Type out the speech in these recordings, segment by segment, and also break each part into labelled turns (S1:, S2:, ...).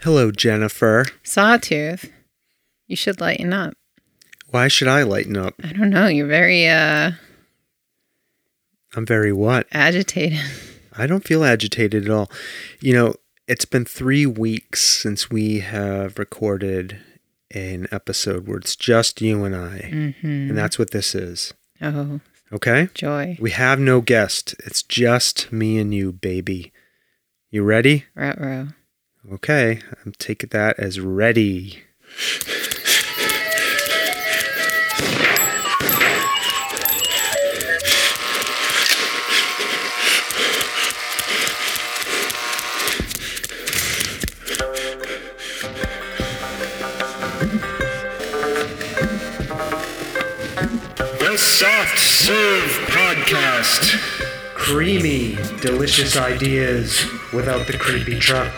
S1: Hello, Jennifer.
S2: Sawtooth, you should lighten up.
S1: Why should I lighten up?
S2: I don't know. You're very uh,
S1: I'm very what?
S2: agitated.
S1: I don't feel agitated at all. You know, it's been three weeks since we have recorded an episode where it's just you and I.
S2: Mm-hmm.
S1: And that's what this is.
S2: Oh,
S1: Okay?
S2: joy.
S1: We have no guest. It's just me and you, baby. You ready?
S2: Rut row.
S1: Okay. I'm taking that as ready.
S3: The Soft Serve Podcast.
S1: Creamy, delicious ideas without the creepy truck.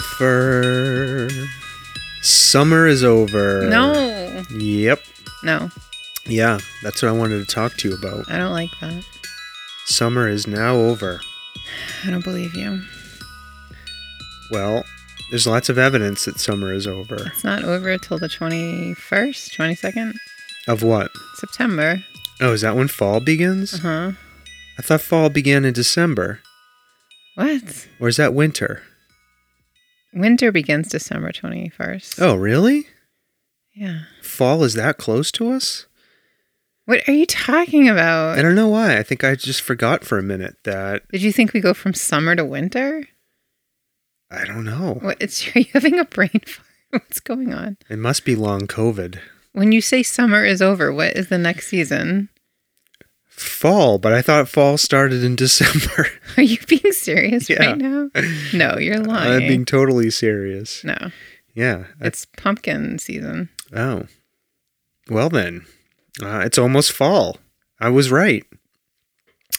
S1: Jennifer. Summer is over.
S2: No,
S1: Yep.
S2: no,
S1: Yeah, that's what I wanted to talk to you about.
S2: I don't like that.
S1: Summer is now over.
S2: I don't believe you.
S1: Well, there's lots of evidence that summer is over.
S2: It's not over till the 21st, 22nd
S1: Of what?
S2: September.
S1: Oh, is that when fall begins?
S2: Uh huh.
S1: I thought fall began in December.
S2: What?
S1: Or is that winter?
S2: Winter begins December 21st.
S1: Oh, really?
S2: yeah.
S1: Fall is that close to us?
S2: What are you talking
S1: I
S2: about?
S1: don't know why. I think I just forgot for a minute that
S2: Did you think we go from summer to winter?
S1: I don't know.
S2: What? It's are you having a brain fart? What's going on?
S1: It must be long COVID.
S2: When you say summer is over, what is the next season?
S1: Fall, but I thought fall started in December.
S2: Are you being serious
S1: Yeah.
S2: right now? No, you're lying.
S1: I'm being totally serious.
S2: no,
S1: Yeah. I-
S2: it's pumpkin season.
S1: oh. Well, then, uh, it's almost fall. I was right.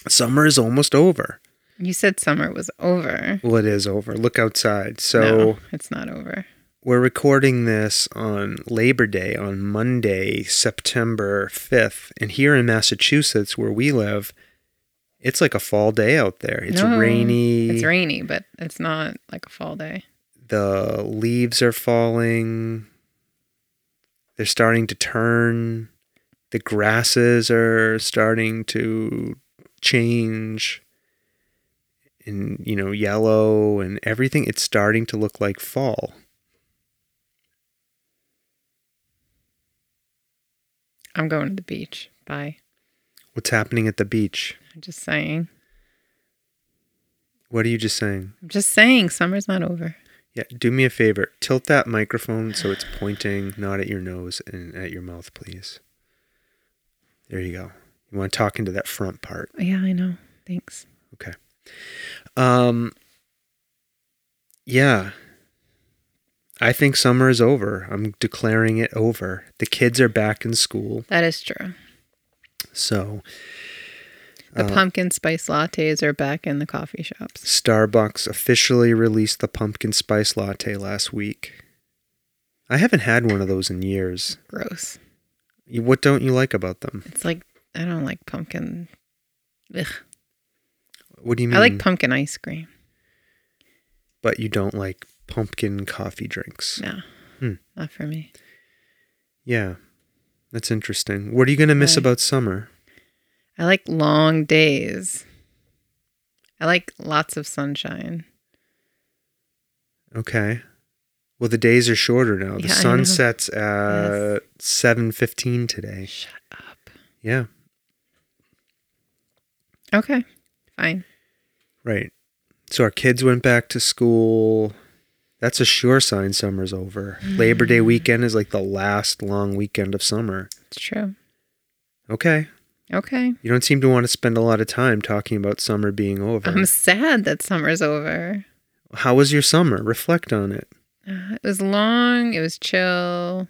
S1: Summer is almost over.
S2: You said summer was over.
S1: Well, it is over. Look outside. So.
S2: no, it's not over.
S1: We're recording this on Labor Day on Monday, September 5th. And here in Massachusetts, where we live, it's like a fall day out there. It's
S2: No,
S1: rainy.
S2: It's rainy, but it's not like a fall day.
S1: the leaves are falling. They're starting to turn. The grasses are starting to change and, you know, yellow and everything. It's starting to look like fall.
S2: I'm going to the beach. Bye.
S1: What's happening at the beach?
S2: I'm just saying.
S1: What are you just saying?
S2: I'm just saying summer's not over.
S1: Yeah, do me a favor. Tilt that microphone so it's pointing not at your nose and at your mouth, please. There you go. You want to talk into that front part.
S2: Yeah, I know. Thanks.
S1: Okay. Um Yeah. I think summer is over. I'm declaring it over. The kids are back in school,
S2: That is true.
S1: so uh,
S2: The
S1: Uh-huh.
S2: pumpkin spice lattes are back in the coffee shops.
S1: Starbucks officially released the pumpkin spice latte last week. I haven't had one of those in years.
S2: Gross.
S1: You- What don't you like about them?
S2: It's like I don't like pumpkin. Ugh.
S1: What do you mean?
S2: I like pumpkin ice cream.
S1: but you don't like pumpkin coffee drinks.
S2: No,
S1: Hmm.
S2: not for me.
S1: Yeah. That's interesting. What are you going to miss
S2: Right.
S1: about summer?
S2: I like long days. I like lots of sunshine.
S1: Okay. Well, the days are shorter now. The
S2: Yeah, I
S1: sun
S2: know.
S1: sets at 7:15 today.
S2: Shut up.
S1: Yeah,
S2: Okay, fine.
S1: right. So our kids went back to school. That's a sure sign summer's over. Labor
S2: Mm.
S1: Day weekend is like the last long weekend of summer.
S2: It's true.
S1: Okay.
S2: Okay.
S1: You don't seem to want to spend a lot of time talking about summer being over.
S2: I'm sad that summer's over.
S1: How was your summer? Reflect on it.
S2: Uh, It was long. It was chill.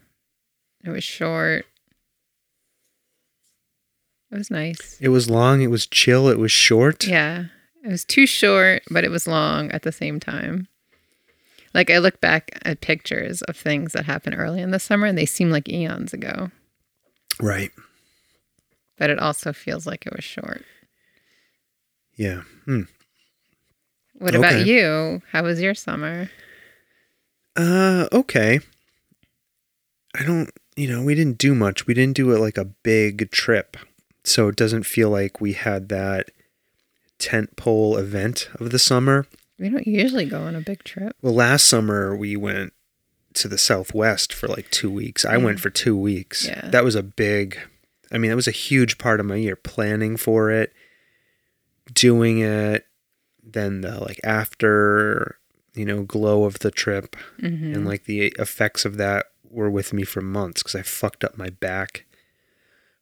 S2: It was short. It was nice.
S1: It was long, it was chill, it was short.
S2: Yeah. It was too short, but it was long at the same time. Like I look back at pictures of things that happened early in the summer and they seem like eons ago,
S1: Right.
S2: but it also feels like it was short.
S1: Yeah. Hmm.
S2: What about
S1: Okay.
S2: you? How was your summer?
S1: Uh, okay. I don't, you know, we didn't do much. We didn't do it like a big trip. So it doesn't feel like we had that tent pole event of the summer.
S2: We don't usually go on a big trip.
S1: Well, last summer we went to the Southwest for like two weeks. I went for two weeks.
S2: Yeah.
S1: That was a big, I mean, that was a huge part of my year planning for it, doing it, then the like after, you know, glow of the trip
S2: Mm-hmm.
S1: and like the effects of that were with me for months because I fucked up my back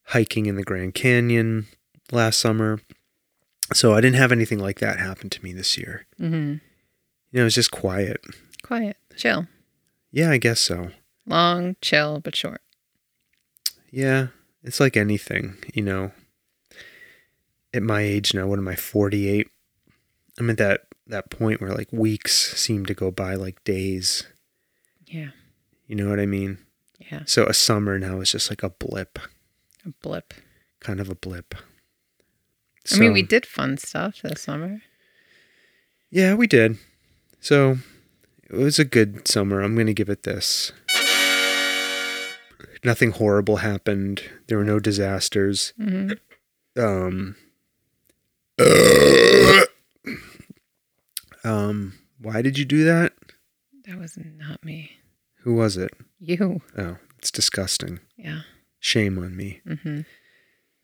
S1: hiking in the Grand Canyon last summer. So I didn't have anything like that happen to me this year.
S2: mm-hmm.
S1: You know, it was just quiet.
S2: Quiet, chill,
S1: Yeah, I guess so.
S2: long, chill, but short.
S1: Yeah, it's like anything, you know. At my age now, what am I, 48? I'm at that, that point where like weeks seem to go by like days.
S2: Yeah.
S1: You know what I mean?
S2: Yeah.
S1: So a summer now is just like a blip,
S2: A blip.
S1: kind of a blip.
S2: I mean,
S1: So-
S2: we did fun stuff this summer.
S1: Yeah, we did. So it was a good summer. I'm going to give it this. Nothing horrible happened. There were no disasters.
S2: Mm-hmm.
S1: Um, um, why did you do that?
S2: That was not me.
S1: Who was it?
S2: You.
S1: Oh, it's disgusting.
S2: Yeah.
S1: Shame on me.
S2: Mm-hmm.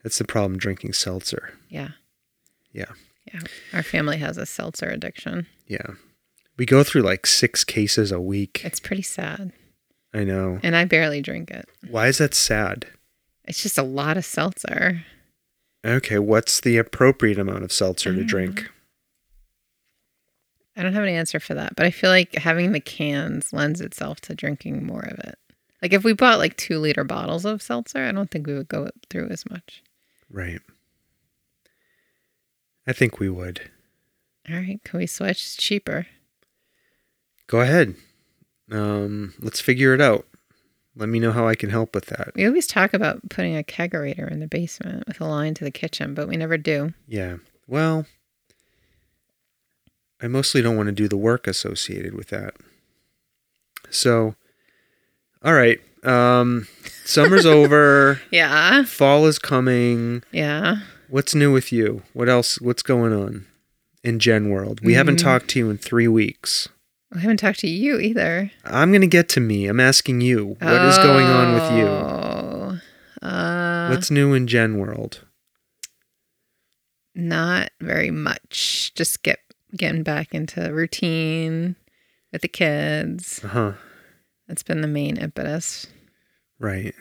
S1: That's the problem drinking seltzer.
S2: Yeah.
S1: Yeah.
S2: Yeah. Our family has a seltzer addiction.
S1: Yeah. We go through like six cases a week.
S2: It's pretty sad.
S1: I know.
S2: And I barely drink it.
S1: Why is that sad?
S2: It's just a lot of seltzer.
S1: Okay, what's the appropriate amount of seltzer to drink?
S2: I don't have an answer for that, but I feel like having the cans lends itself to drinking more of it. Like if we bought like two liter bottles of seltzer, I don't think we would go through as much.
S1: Right. I think we would.
S2: All right, can we switch? It's cheaper.
S1: Go ahead. Um, let's figure it out. Let me know how I can help with that.
S2: We always talk about putting a kegerator in the basement with a line to the kitchen, but we never do.
S1: Yeah. Well, I mostly don't want to do the work associated with that. So, all right. Um, summer's over.
S2: Yeah.
S1: Fall is coming.
S2: Yeah.
S1: What's new with you? What else? What's going on in Gen World? We haven't talked to you in three weeks.
S2: I haven't talked to you either.
S1: I'm going to get to me. I'm asking you. What is going on with you?
S2: Oh. Uh,
S1: What's new in Gen World?
S2: not very much. Just get getting back into routine with the kids.
S1: Uh huh.
S2: That's been the main impetus.
S1: Right.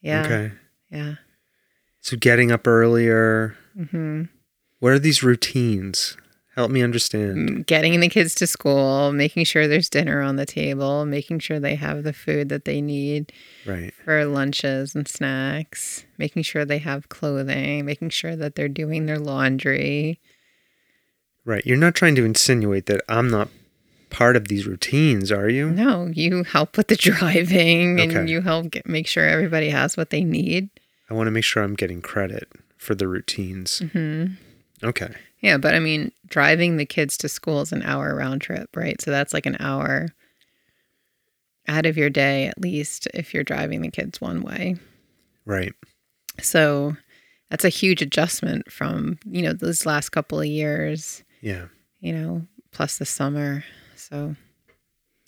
S2: Yeah.
S1: Okay.
S2: Yeah.
S1: So getting up earlier.
S2: hmm
S1: What are these routines? Help me understand.
S2: Getting the kids to school, making sure there's dinner on the table, making sure they have the food that they need.
S1: Right.
S2: for lunches and snacks, making sure they have clothing, making sure that they're doing their laundry.
S1: Right. You're not trying to insinuate that I'm not part of these routines, are you?
S2: No, you help with the driving and
S1: Okay.
S2: you help get, make sure everybody has what they need.
S1: I want to make sure I'm getting credit for the routines.
S2: hmm
S1: Okay.
S2: Yeah, but I mean, driving the kids to school is an hour round trip, right? So that's like an hour out of your day, at least, if you're driving the kids one way.
S1: Right.
S2: So that's a huge adjustment from, you know, those last couple of years,
S1: Yeah.
S2: you know, plus the summer. So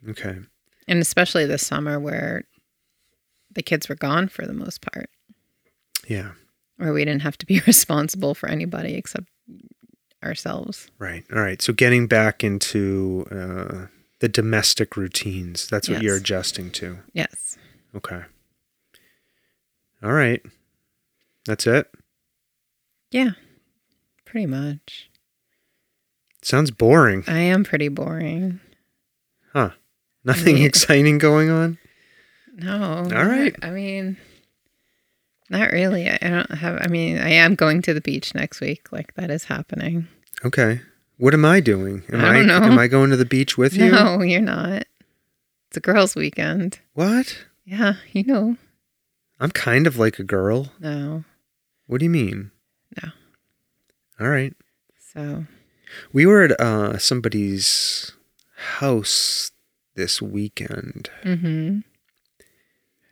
S1: Okay.
S2: and especially this summer where the kids were gone for the most part
S1: Yeah.
S2: where we didn't have to be responsible for anybody except ourselves
S1: Right. All right. So getting back into uh, the domestic routines. That's what you're
S2: Yes.
S1: adjusting to.
S2: Yes.
S1: Okay. All right. That's it.
S2: Yeah. Pretty much.
S1: Sounds boring.
S2: I am pretty boring.
S1: Nothing
S2: Yeah.
S1: exciting going on?
S2: No.
S1: All right.
S2: I mean, not really. I I don't have, I mean, I am going to the beach next week. Like, that is happening.
S1: Okay. What am I doing? Am
S2: I don't know.
S1: am I going to the beach with you?
S2: No, you're not. It's a girls' weekend.
S1: What?
S2: Yeah, you know.
S1: I'm kind of like a girl.
S2: No.
S1: What do you mean?
S2: No.
S1: All right.
S2: So,
S1: We were at uh, somebody's house this weekend
S2: mm-hmm.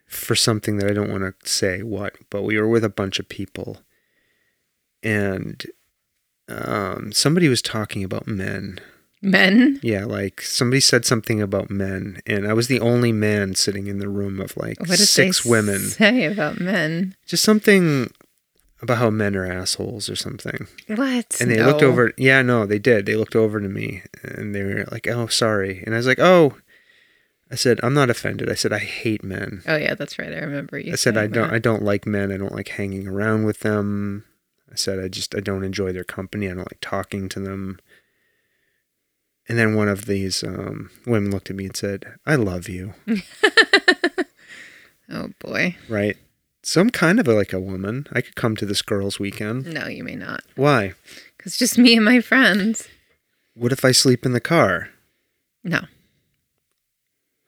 S1: for something that I don't want to say what, but we were with a bunch of people, and um, somebody was talking about men.
S2: Men?
S1: Yeah, like somebody said something about men, and I was the only man sitting in the room of like
S2: What did
S1: six
S2: they
S1: women.
S2: say about men?
S1: Just something about how men are assholes or something.
S2: What?
S1: And they
S2: No.
S1: looked over. Yeah, no, they did. They looked over to me and they were like, "Oh, sorry." And I was like, "Oh," I said, "I'm not offended." I said, "I hate men."
S2: Oh, yeah, that's right. I remember you.
S1: I said, "I
S2: saying
S1: don't.
S2: that.
S1: I don't like men. I don't like hanging around with them." I said, "I just. I don't enjoy their company. I don't like talking to them." And then one of these um, women looked at me and said, "I love you."
S2: Oh, boy.
S1: Right. So I'm kind of like a woman. I could come to this girls' weekend.
S2: No, you may not.
S1: Why?
S2: Because just me and my friends.
S1: What if I sleep in the car?
S2: No.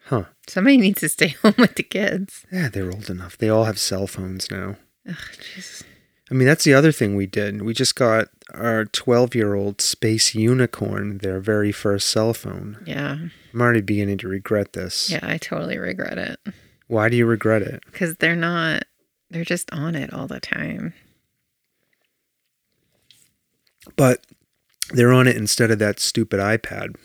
S1: Huh.
S2: Somebody needs to stay home with the kids.
S1: Yeah, they're old enough. They all have cell phones now.
S2: Ugh, jeez.
S1: I mean, that's the other thing we did. We just got our 12 year old space unicorn their very first cell phone.
S2: Yeah.
S1: I'm already beginning to regret this.
S2: Yeah, I totally regret it.
S1: Why do you regret it?
S2: Because they're not, they're just on it all the time.
S1: But they're on it instead of that stupid iPad.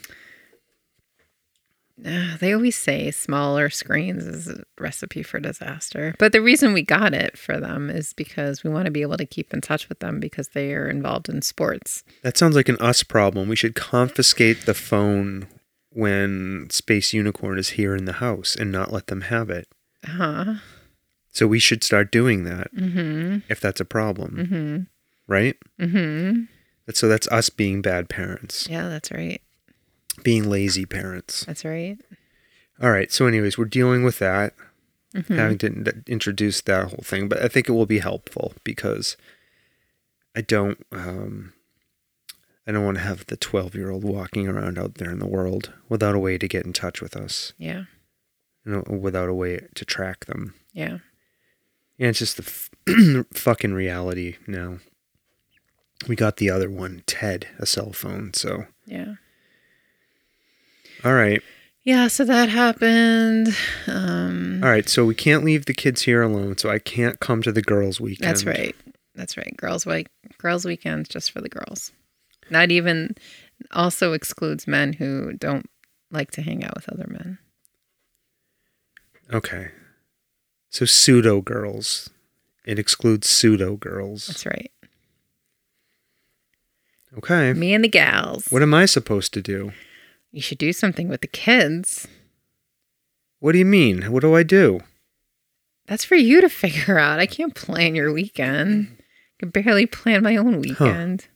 S2: Ugh, they always say smaller screens is a recipe for disaster. But the reason we got it for them is because we want to be able to keep in touch with them because they are involved in sports.
S1: That sounds like an us problem. We should confiscate the phone when Space Unicorn is here in the house and not let them have it.
S2: Huh?
S1: So we should start doing that
S2: Mm
S1: if that's a problem,
S2: hmm. Mm
S1: right?
S2: hmm. Mm hmm.
S1: So that's us being bad parents,
S2: Yeah, that's right.
S1: being lazy parents.
S2: That's right.
S1: All right. So, anyways, we're dealing with that, having to th- introduce that whole thing, but I think it will be helpful because I don't, um, I don't want to have the twelve-year-old walking around out there in the world without a way to get in touch with us,
S2: Yeah.
S1: you know, without a way to track them.
S2: Yeah.
S1: And it's just the f- fucking reality now. We got the other one, Ted, a cell phone. So,
S2: Yeah.
S1: all right,
S2: Yeah, so that happened. Um,
S1: all right. So we can't leave the kids here alone. So I can't come to the girls' weekend.
S2: that's right. That's right. Girls week, girls weekends just for the girls. Not even also excludes men who don't like to hang out with other men.
S1: Okay. So pseudo girls. It excludes pseudo girls.
S2: That's right.
S1: Okay.
S2: Me and the gals.
S1: What am I supposed to do?
S2: You should do something with the kids.
S1: What do you mean? What do I do?
S2: That's for you to figure out. I can't plan your weekend. I can barely plan my own weekend.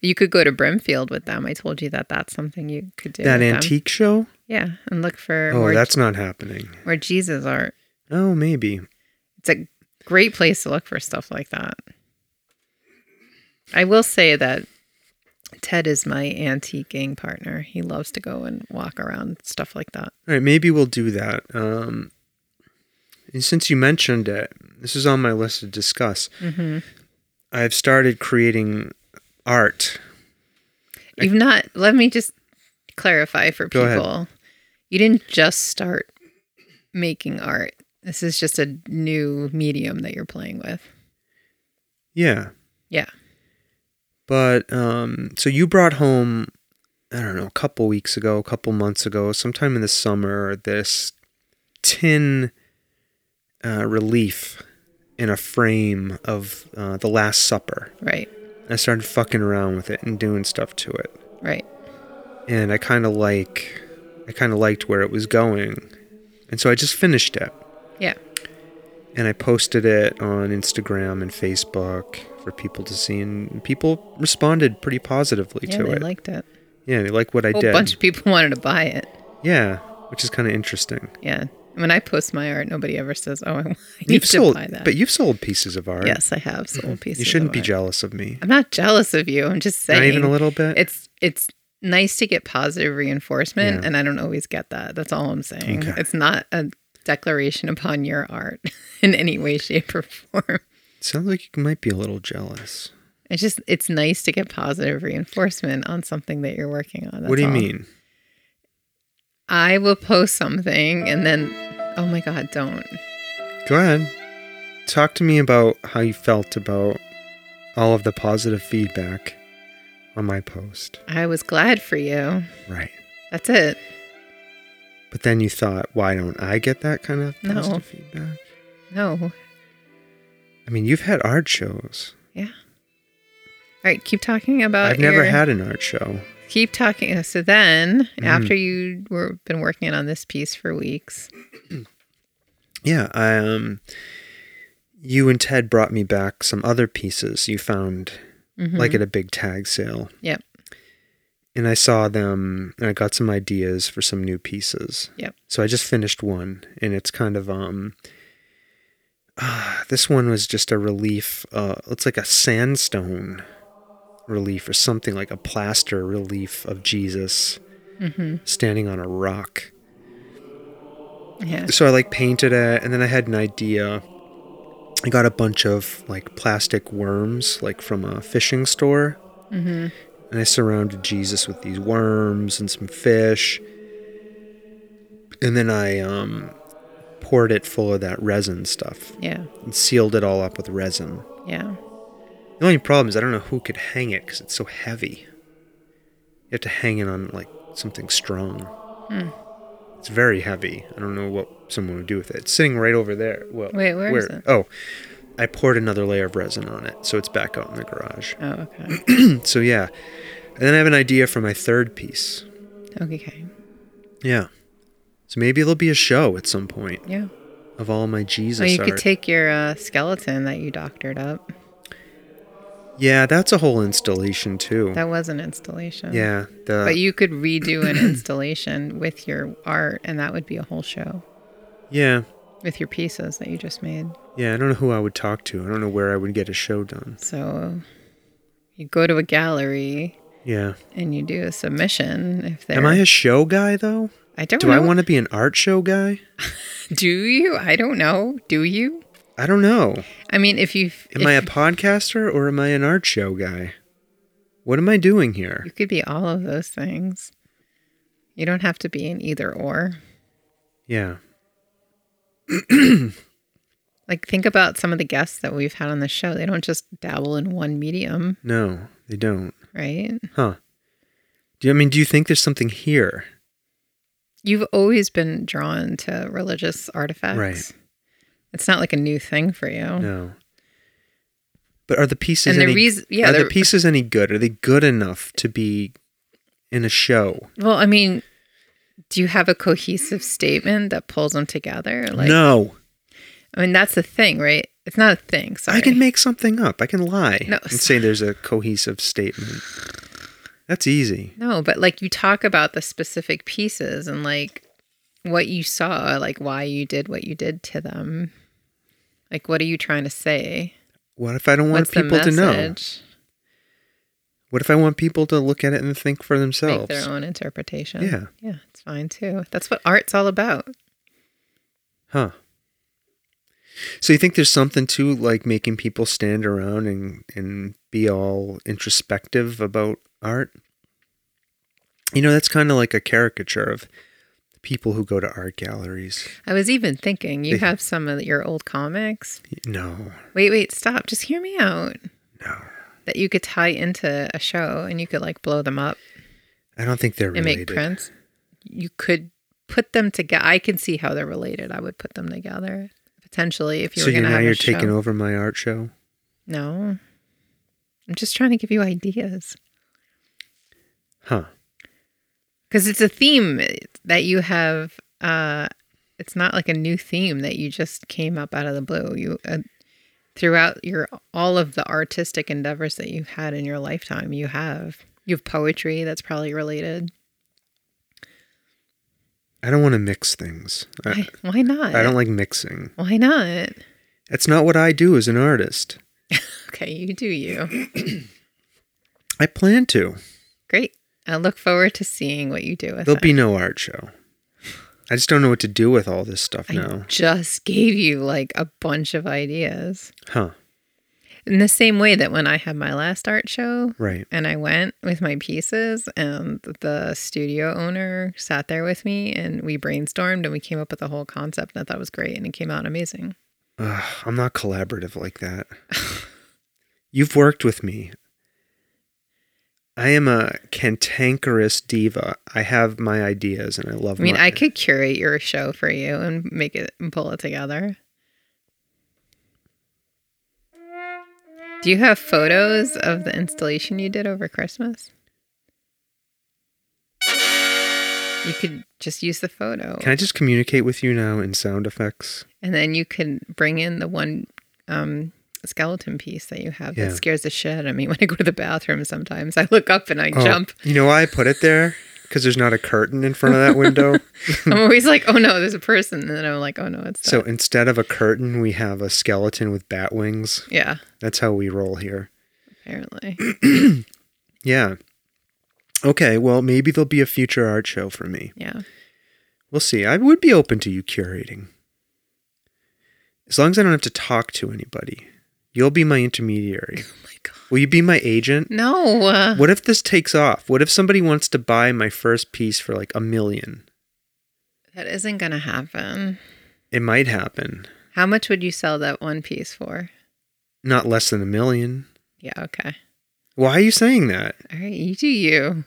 S2: You could go to Brimfield with them. I told you that that's something you could do.
S1: that
S2: with them.
S1: antique show?
S2: Yeah, and look for
S1: Oh,
S2: where,
S1: that's not happening.
S2: where Jesus art.
S1: Oh, maybe.
S2: it's a great place to look for stuff like that. I will say that Ted is my antiquing partner. He loves to go and walk around stuff like that.
S1: All right, maybe we'll do that. Um, and since you mentioned it, this is on my list to discuss.
S2: Mm-hmm.
S1: I've started creating art.
S2: You've not. Let me just clarify for
S1: Go ahead.
S2: people. You didn't just start making art. This is just a new medium that you're playing with.
S1: Yeah.
S2: Yeah.
S1: But um, so you brought home, I don't know, a couple weeks ago, a couple months ago, sometime in the summer, this tin uh, relief in a frame of uh, The Last Supper.
S2: Right.
S1: I started fucking around with it and doing stuff to it.
S2: Right.
S1: And I kind of like I kind of liked where it was going. And so I just finished it
S2: Yeah.
S1: and I posted it on Instagram and Facebook for people to see and people responded pretty positively
S2: Yeah,
S1: to
S2: they
S1: it.
S2: liked it.
S1: yeah, they like what I
S2: A whole
S1: did.
S2: bunch of people wanted to buy it.
S1: yeah, which is kind of interesting.
S2: Yeah. When I post my art, nobody ever says, "Oh, I want- I need
S1: You've
S2: to
S1: sold
S2: buy that."
S1: but you've sold pieces of art.
S2: yes, I have sold pieces.
S1: You shouldn't
S2: of
S1: be
S2: art.
S1: jealous of me.
S2: I'm not jealous of you. I'm just saying.
S1: Not even a little bit.
S2: It's it's nice to get positive reinforcement,
S1: Yeah.
S2: and I don't always get that. That's all I'm saying.
S1: Okay.
S2: It's not a declaration upon your art in any way, shape, or form.
S1: Sounds like you might be a little jealous.
S2: It's just it's nice to get positive reinforcement on something that you're working on.
S1: what
S2: that's
S1: do you
S2: all.
S1: mean?
S2: I will post something and then, oh my god, don't.
S1: Go ahead. Talk to me about how you felt about all of the positive feedback on my post.
S2: I was glad for you.
S1: Right.
S2: That's it.
S1: But then you thought, why don't I get that kind of
S2: No.
S1: positive feedback?
S2: No.
S1: I mean, you've had art shows.
S2: Yeah. All right, keep talking about
S1: I've never
S2: your-
S1: had Mm. an art show.
S2: keep talking. uh, So then, after you were been working on this piece for weeks,
S1: Yeah, I, um, you and Ted brought me back some other pieces you found, like at a big tag sale,
S2: yep,
S1: and I saw them, and I got some ideas for some new pieces.
S2: yep,
S1: So I just finished one, and it's kind of um. ah, this one was just a relief. Uh, it's like a sandstone relief or something like a plaster relief of Jesus standing on a rock.
S2: yeah,
S1: So I like painted it, and then I had an idea. I got a bunch of like plastic worms, like from a fishing store,
S2: mm-hmm,
S1: and I surrounded Jesus with these worms and some fish, and then I um, poured it full of that resin stuff
S2: yeah,
S1: and sealed it all up with resin.
S2: yeah.
S1: The only problem is I don't know who could hang it because it's so heavy. You have to hang it on like something strong.
S2: hmm,
S1: It's very heavy. I don't know what someone would do with it. It's sitting right over there. Well,
S2: Wait, where is it?
S1: Oh, I poured another layer of resin on it, so it's back out in the garage. Hmm,
S2: Oh, okay,
S1: So yeah, and then I have an idea for my third piece.
S2: okay,
S1: Yeah, so maybe there'll be a show at some point
S2: yeah.
S1: of all my Jesus
S2: Well, Oh, you
S1: art.
S2: could take your uh, skeleton that you doctored up.
S1: yeah, that's a whole installation too.
S2: That was an installation.
S1: yeah, uh, the
S2: But you could redo an installation with your art, and that would be a whole show
S1: yeah.
S2: with your pieces that you just made.
S1: Yeah, I don't know who I would talk to. I don't know where I would get a show done.
S2: So you go to a gallery
S1: Yeah.
S2: and you do a submission. If they're,
S1: Am I a show guy though?
S2: I don't
S1: Do
S2: know.
S1: I want to be an art show guy?
S2: Do you? I don't know. Do you?
S1: I don't know.
S2: I mean, if you
S1: Am
S2: if
S1: I a podcaster or am I an art show guy? What am I doing here?
S2: you could be all of those things. You don't have to be an either or.
S1: Yeah.
S2: Like think about some of the guests that we've had on the show. They don't just dabble in one medium,
S1: No, they don't.
S2: right?
S1: Huh. Do you, I mean, do you think there's something here?
S2: You've always been drawn to religious artifacts.
S1: Right.
S2: It's not like a new thing for you.
S1: No. But are the pieces
S2: Mm. And the
S1: any,
S2: reas- yeah,
S1: are the
S2: they're-
S1: pieces any good? Are they good enough to be in a show?
S2: Well, I mean, do you have a cohesive statement that pulls them together? Like
S1: no.
S2: I mean, that's the thing, right? It's not a thing. Sorry.
S1: I can make something up. I can lie
S2: No,
S1: and say there's a cohesive statement. That's easy.
S2: No, but like you talk about the specific pieces and like what you saw, like why you did what you did to them. Like, what are you trying to say?
S1: What if I don't want
S2: What's
S1: people
S2: the
S1: to know?
S2: message?
S1: What if I want people to look at it and think for
S2: Make
S1: themselves?
S2: their own interpretation.
S1: Yeah.
S2: Yeah, it's fine too. That's what art's all about.
S1: Huh. So you think there's something to like making people stand around and and be all introspective about art? You know, that's kind of like a caricature of people who go to art galleries.
S2: I was even thinking, you
S1: Yeah.
S2: have some of your old comics.
S1: No,
S2: Wait, wait, stop. Just hear me out.
S1: no.
S2: That you could tie into a show and you could like blow them up
S1: I don't think they're
S2: and
S1: related.
S2: make prints. You could put them together. I can see how they're related. I would put them together potentially if you
S1: so
S2: were
S1: you
S2: going to
S1: now
S2: have
S1: you're
S2: a show.
S1: taking over my art show?
S2: No, I'm just trying to give you ideas
S1: Huh.
S2: because it's a theme that you have. Uh, it's not like a new theme that you just came up out of the blue. You uh, throughout your all of the artistic endeavors that you've had in your lifetime, you have you have poetry that's probably related.
S1: I don't want to mix things. I,
S2: Why, why not?
S1: Uh, I don't like mixing.
S2: Why not?
S1: That's not what I do as an artist.
S2: Okay, you do you.
S1: I plan to.
S2: Great. I look forward to seeing what you do with
S1: There'll
S2: it.
S1: be no art show. I just don't know what to do with all this stuff
S2: I
S1: now.
S2: just gave you like a bunch of ideas.
S1: Huh.
S2: In the same way that when I had my last art show
S1: Right.
S2: and I went with my pieces and the studio owner sat there with me and we brainstormed and we came up with a whole concept and I thought it was great and it came out amazing.
S1: Ugh, I'm not collaborative like that. You've worked with me. I am a cantankerous diva. I have my ideas and I love
S2: I mean,
S1: my-
S2: I could curate your show for you and make it and pull it together. Do you have photos of the installation you did over Christmas? You could just use the photo.
S1: Can I just communicate with you now in sound effects?
S2: And then you can bring in the one um, skeleton piece that you have
S1: Yeah.
S2: that scares the shit out of me when I go to the bathroom sometimes. I look up and I
S1: Oh,
S2: jump.
S1: You know why I put it there? Because there's not a curtain in front of that window.
S2: I'm always like, oh no, there's a person. And then I'm like, oh no, it's
S1: so
S2: so.
S1: instead of a curtain, we have a skeleton with bat wings.
S2: Yeah,
S1: That's how we roll here.
S2: apparently.
S1: Yeah. Okay, well, maybe there'll be a future art show for me.
S2: Yeah.
S1: We'll see. I would be open to you curating. As long as I don't have to talk to anybody, you'll be my intermediary.
S2: Oh my God.
S1: Will you be my agent?
S2: No. Uh,
S1: What if this takes off? What if somebody wants to buy my first piece for like a million?
S2: that isn't going to happen.
S1: It might happen.
S2: How much would you sell that one piece for?
S1: Not less than a million.
S2: Yeah, okay.
S1: Why are you saying that?
S2: All right, you do you.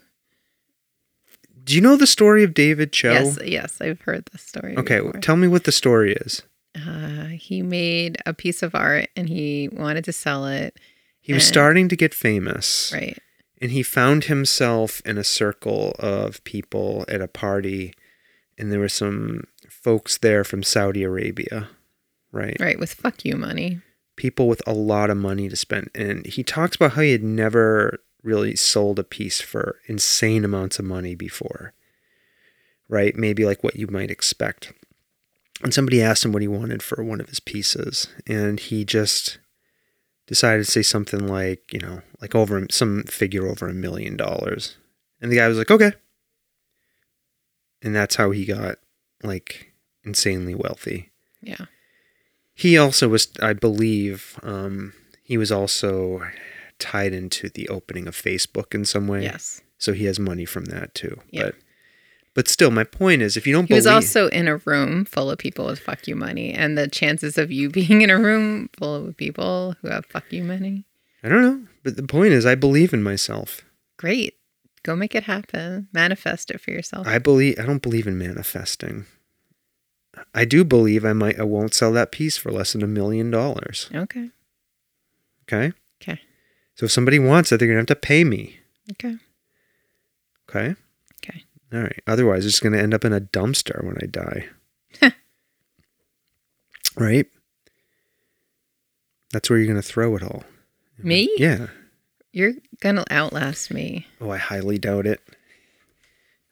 S1: Do you know the story of David Cho?
S2: Yes, yes, I've heard this story.
S1: Okay,
S2: before.
S1: tell me what the story is.
S2: uh, he made a piece of art and he wanted to sell it.
S1: He was
S2: Uh,
S1: starting to get famous.
S2: Right.
S1: And he found himself in a circle of people at a party, and there were some folks there from Saudi Arabia, right?
S2: Right, with fuck you money.
S1: People with a lot of money to spend. And he talks about how he had never really sold a piece for insane amounts of money before, right? Maybe like what you might expect. And somebody asked him what he wanted for one of his pieces, and he just decided to say something like, you know, like over some figure over a million dollars. And the guy was like, okay. And that's how he got like insanely wealthy.
S2: Yeah.
S1: He also was, I believe, um, he was also tied into the opening of Facebook in some way.
S2: Yes.
S1: So he has money from that too.
S2: Yeah.
S1: But but still, my point is, if you don't
S2: He was
S1: believe,
S2: also in a room full of people with fuck you money, and the chances of you being in a room full of people who have fuck you money,
S1: I don't know. But the point is, I believe in myself.
S2: great. Go make it happen. Manifest it for yourself.
S1: I believe I don't believe in manifesting. I do believe I might I won't sell that piece for less than a million dollars.
S2: okay.
S1: Okay.
S2: Okay.
S1: So if somebody wants it, they're gonna have to pay me.
S2: Okay.
S1: Okay.
S2: Okay.
S1: All right. Otherwise, it's gonna end up in a dumpster when I die. right. That's where you're gonna throw it all.
S2: Me?
S1: Yeah.
S2: You're gonna outlast me.
S1: Oh, I highly doubt it.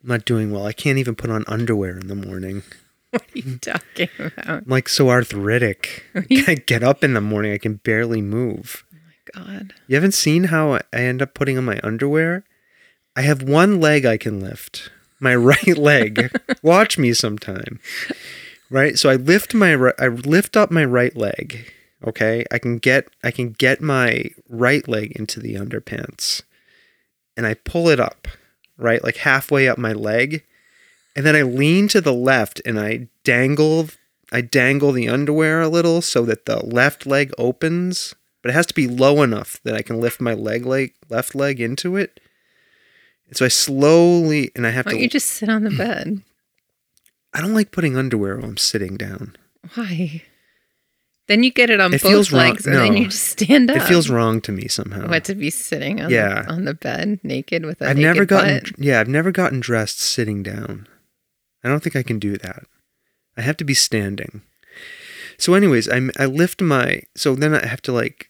S1: I'm not doing well. I can't even put on underwear in the morning.
S2: What are you talking about?
S1: I'm like so arthritic.
S2: Oh
S1: I get up in the morning, I can barely move.
S2: God.
S1: You haven't seen how I end up putting on my underwear? I have one leg I can lift, my right leg. Watch me sometime. Right? So I lift my ri- I lift up my right leg, okay? I can get I can get my right leg into the underpants. And I pull it up, right? Like halfway up my leg. And then I lean to the left and I dangle I dangle the underwear a little so that the left leg opens, but it has to be low enough that I can lift my leg leg left leg into it. And so I slowly and I have
S2: Why
S1: to
S2: don't you just sit on the bed?
S1: I don't like putting underwear while I'm sitting down.
S2: Why? Then you get it on
S1: It
S2: both
S1: feels wrong-
S2: legs, and then
S1: no.
S2: you just stand up.
S1: It feels wrong to me somehow.
S2: what to be sitting on
S1: Yeah.
S2: the, on the bed naked with a
S1: I've
S2: naked
S1: never gotten
S2: butt.
S1: yeah, I've never gotten dressed sitting down. I don't think I can do that. I have to be standing. So anyways, I I lift my so then I have to like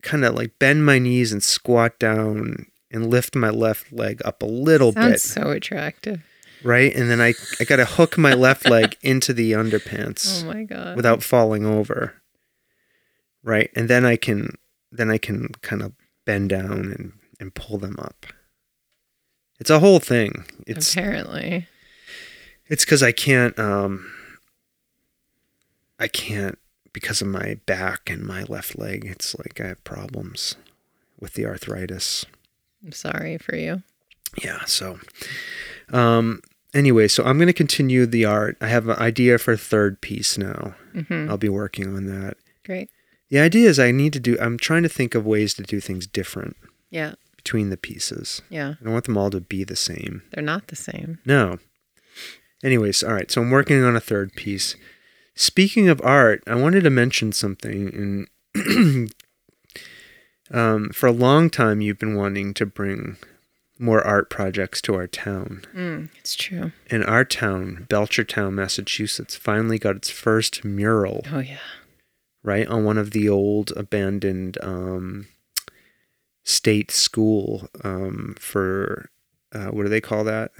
S1: kind of like bend my knees and squat down and lift my left leg up a little
S2: Sounds
S1: bit,
S2: so attractive.
S1: right? And then I I got to hook my left leg into the
S2: Oh
S1: underpants
S2: my god.
S1: without falling over. Right? And then I can then I can kind of bend down and and pull them up. It's a whole thing. It's
S2: Apparently,
S1: it's cuz I can't um I can't because of my back and my left leg. It's like I have problems with the arthritis.
S2: I'm sorry for you.
S1: Yeah, so um anyway, so I'm going to continue the art. I have an idea for a third piece now.
S2: hmm
S1: I'll be working on that.
S2: Great.
S1: The idea is I need to do, I'm trying to think of ways to do things different
S2: Yeah,
S1: between the pieces.
S2: yeah.
S1: I don't want them all to be the same.
S2: They're not the same.
S1: No. Anyways, all right, so I'm working on a third piece. Speaking of art, I wanted to mention something. And um, for a long time, you've been wanting to bring more art projects to our town.
S2: Mm, it's true.
S1: And our town, Belchertown, Massachusetts, finally got its first mural
S2: Oh yeah.
S1: right on one of the old abandoned um, state school um, for uh, what do they call that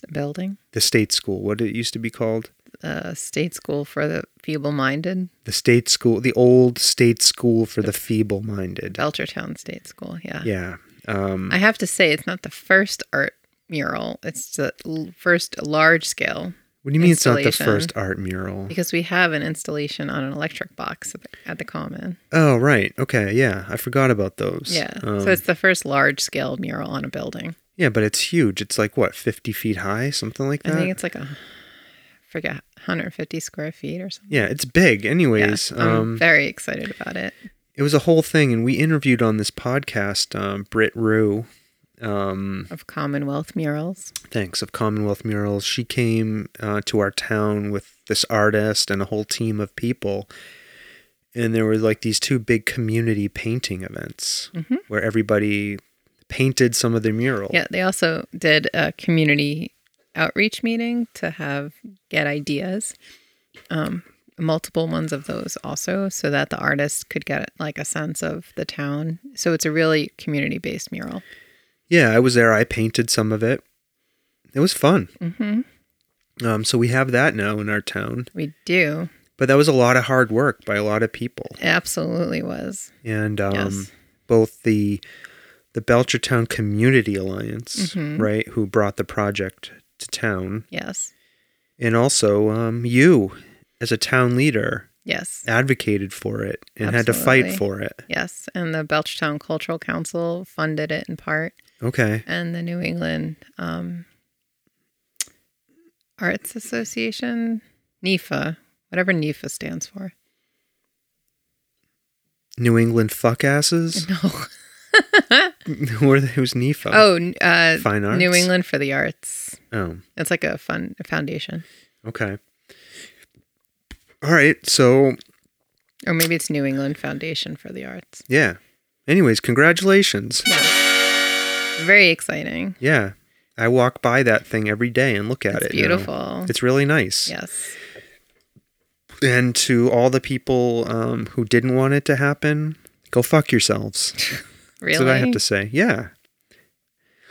S2: The building,
S1: the state school what it used to be called
S2: uh, state school for the feeble-minded,
S1: the state school the old state school for the feeble-minded
S2: Belchertown State School. Yeah.
S1: yeah um,
S2: I have to say, it's not the first art mural. It's the l- first large scale
S1: what do you mean it's not the
S2: installation.
S1: first art mural
S2: because we have an installation on an electric box at the, at the Common.
S1: oh right okay yeah i forgot about those
S2: Yeah.
S1: Um,
S2: so it's the first large scale mural on a building.
S1: yeah but it's huge it's like what 50 feet high something like
S2: I
S1: that
S2: think it's like a, I forget, 150 square feet or something.
S1: yeah it's big
S2: Yeah, um,
S1: anyways um,
S2: I'm very excited about it.
S1: it was a whole thing and we interviewed on this podcast um, britt rue um,
S2: Of Commonwealth murals.
S1: thanks of commonwealth murals she came uh, to our town with this artist and a whole team of people and there were like these two big community painting events
S2: Mhm.
S1: where everybody painted some of their mural
S2: Yeah. They also did a community outreach meeting to have get ideas. Um, multiple ones of those also so that the artist could get like a sense of the town so it's a really community based mural
S1: Yeah, i was there i painted some of it it was fun
S2: hmm
S1: um, so we have that now in our town
S2: we do
S1: but that was a lot of hard work by a lot of people
S2: It absolutely was
S1: and um,
S2: Yes.
S1: both the the Belchertown Community Alliance,
S2: Mhm.
S1: right, who brought the project to town,
S2: yes
S1: and also um, you, as a town leader,
S2: yes
S1: advocated for it and had to fight
S2: Absolutely.
S1: for it.
S2: Yes, and the Belchtown Cultural Council funded it in part,
S1: Okay,
S2: and the New England um, Arts Association, NEFA, whatever NEFA stands for.
S1: New England fuck asses.
S2: No,
S1: Who are they? Who's NEFA?
S2: Mm-hmm. oh, n- uh,
S1: Fine Arts.
S2: New England for the Arts.
S1: Oh,
S2: It's like a fun a foundation,
S1: okay. All right, so
S2: or maybe it's New England Foundation for the Arts.
S1: yeah. Anyways, congratulations.
S2: Very exciting.
S1: Yeah, I walk by that thing every day and look at
S2: It's
S1: it. now.
S2: beautiful.
S1: It's really nice.
S2: yes,
S1: and to all the people um, who didn't want it to happen, go fuck yourselves.
S2: really.
S1: That's what I have to say. Yeah.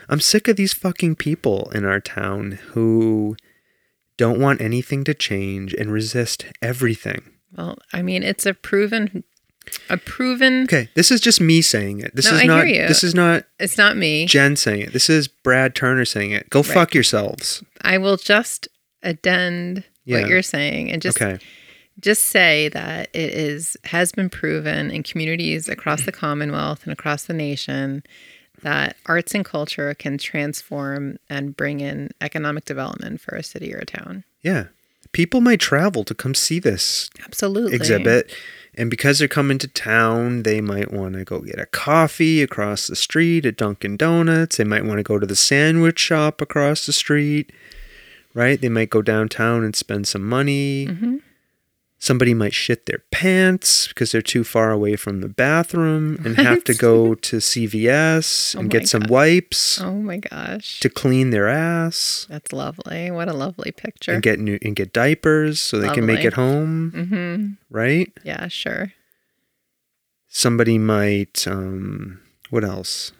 S1: I'm sick of these fucking people in our town who don't want anything to change and resist everything.
S2: Well, I mean, it's a proven, a proven.
S1: Okay, this is just me saying it. This
S2: No,
S1: is
S2: I hear
S1: not
S2: you.
S1: this is not
S2: It's not me.
S1: Jen saying it. This is Brad Turner saying it. Go
S2: Right.
S1: fuck yourselves.
S2: I will just addend
S1: Yeah.
S2: what you're saying and just
S1: okay.
S2: just say that it is has been proven in communities across the Commonwealth and across the nation that arts and culture can transform and bring in economic development for a city or a town.
S1: Yeah. People might travel to come see this
S2: Absolutely.
S1: exhibit. And because they're coming to town, they might want to go get a coffee across the street at Dunkin' Donuts. They might want to go to the sandwich shop across the
S2: Mm-hmm.
S1: street, right? They might go downtown and spend some money. Somebody might shit their pants because they're too far away from the bathroom and have to
S2: What?
S1: go to CVS
S2: Oh
S1: and
S2: my
S1: get some
S2: God.
S1: wipes
S2: Oh my gosh.
S1: to clean their ass
S2: That's lovely. What a lovely picture.
S1: and get new and get diapers so they can make
S2: Lovely.
S1: it home,
S2: mm-hmm.
S1: right?
S2: Yeah, sure.
S1: Somebody might um what else?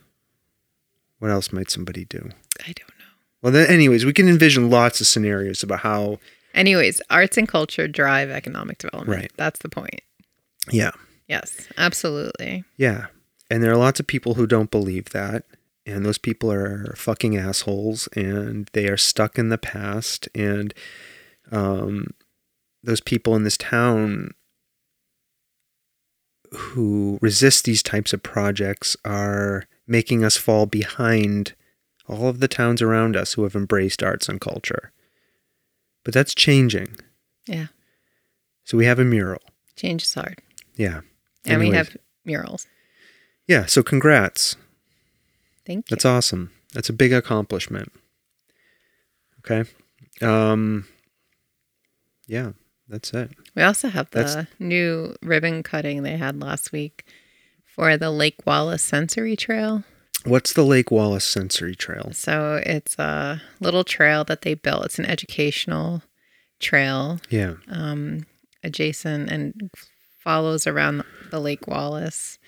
S1: What else might somebody do?
S2: I don't know.
S1: Well, then, anyways, we can envision lots of scenarios about how,
S2: Anyways, arts and culture drive economic development.
S1: Right.
S2: That's the point.
S1: yeah,
S2: Yes, absolutely.
S1: yeah. And there are lots of people who don't believe that. And those people are fucking assholes and they are stuck in the past. And um, those people in this town who resist these types of projects are making us fall behind all of the towns around us who have embraced arts and culture. But that's changing.
S2: Yeah.
S1: So we have a mural.
S2: Change is hard.
S1: Yeah.
S2: And we
S1: Anyways.
S2: have murals.
S1: Yeah, so congrats.
S2: Thank you.
S1: That's awesome. That's a big accomplishment. Okay. Um Yeah, that's it.
S2: We also have the
S1: That's-
S2: new ribbon cutting they had last week for the Lake Wallace Sensory Trail.
S1: What's the Lake Wallace Sensory Trail?
S2: So it's a little trail that they built. It's an educational trail
S1: Yeah.
S2: um, adjacent and follows around the Lake Wallace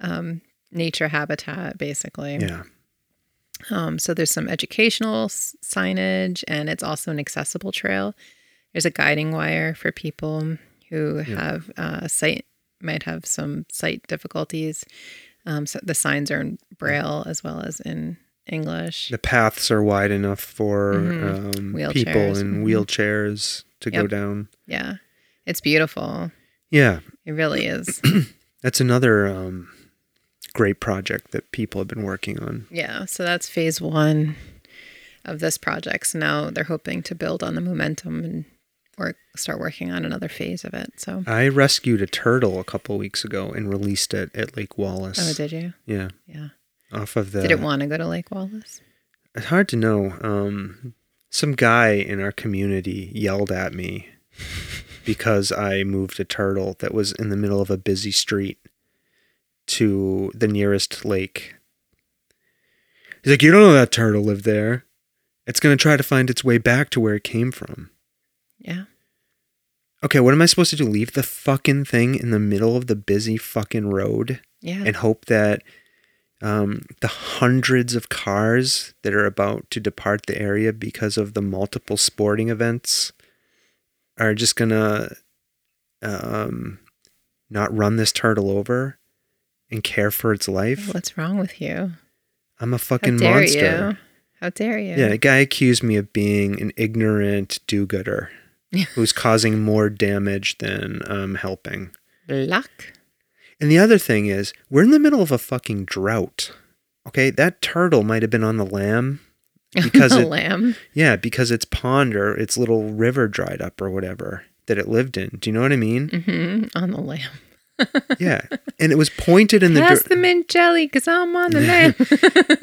S2: um, nature habitat, basically.
S1: Yeah.
S2: Um, so there's some educational s- signage, and it's also an accessible trail. There's a guiding wire for people who have uh, sight might have some sight difficulties. Um, so the signs are in braille as well as in English.
S1: The paths are wide enough for
S2: Mhm.
S1: um, people
S2: Wheelchairs.
S1: in
S2: Mhm.
S1: wheelchairs to go
S2: Yep.
S1: down.
S2: Yeah, it's beautiful.
S1: Yeah.
S2: It really is.
S1: That's another um great project that people have been working on.
S2: Yeah. So that's phase one of this project. So now they're hoping to build on the momentum and work start working on another phase of it. So.
S1: I rescued a turtle a couple weeks ago and released it at Lake Wallace.
S2: Oh, did you?
S1: Yeah.
S2: Yeah.
S1: Off of the
S2: Did it want to go to Lake Wallace?
S1: It's hard to know. Um, some guy in our community yelled at me because I moved a turtle that was in the middle of a busy street to the nearest lake. He's like, You don't know that turtle lived there. It's going to try to find its way back to where it came from.
S2: Yeah.
S1: Okay, what am I supposed to do? Leave the fucking thing in the middle of the busy fucking road?
S2: Yeah.
S1: and hope that um, the hundreds of cars that are about to depart the area because of the multiple sporting events are just gonna um, not run this turtle over and care for its life.
S2: What's wrong with you?
S1: I'm a
S2: How
S1: fucking
S2: dare
S1: monster.
S2: you? How dare you?
S1: Yeah, a guy accused me of being an ignorant do-gooder who's causing more damage than um, helping.
S2: Luck.
S1: And the other thing is, we're in the middle of a fucking drought. Okay, that turtle might have been on the lamb because
S2: a
S1: it,
S2: lamb.
S1: yeah, because its pond or its little river dried up or whatever that it lived in. Do you know what I mean?
S2: hmm On the lamb.
S1: yeah, and it was pointed in the
S2: Pass
S1: dir-
S2: the mint jelly because I'm on the lamb.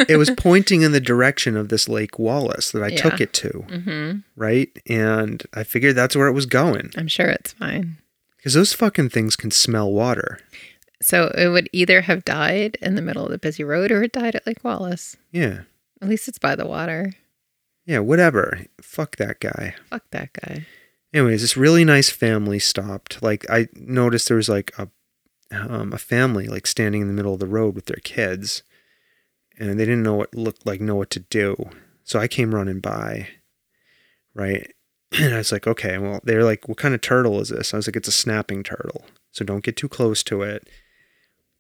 S1: it was pointing in the direction of this Lake Wallace that I took
S2: Yeah.
S1: it to,
S2: hmm
S1: right? And I figured that's where it was going
S2: I'm sure it's fine.
S1: because those fucking things can smell water.
S2: So it would either have died in the middle of the busy road or it died at Lake Wallace.
S1: Yeah,
S2: At least it's by the water.
S1: yeah, whatever. Fuck that guy.
S2: Fuck that guy.
S1: anyways this really nice family stopped like i noticed there was like a um, a family like standing in the middle of the road with their kids and they didn't know what looked like know what to do so i came running by right and i was like okay well they're like what kind of turtle is this i was like it's a snapping turtle so don't get too close to it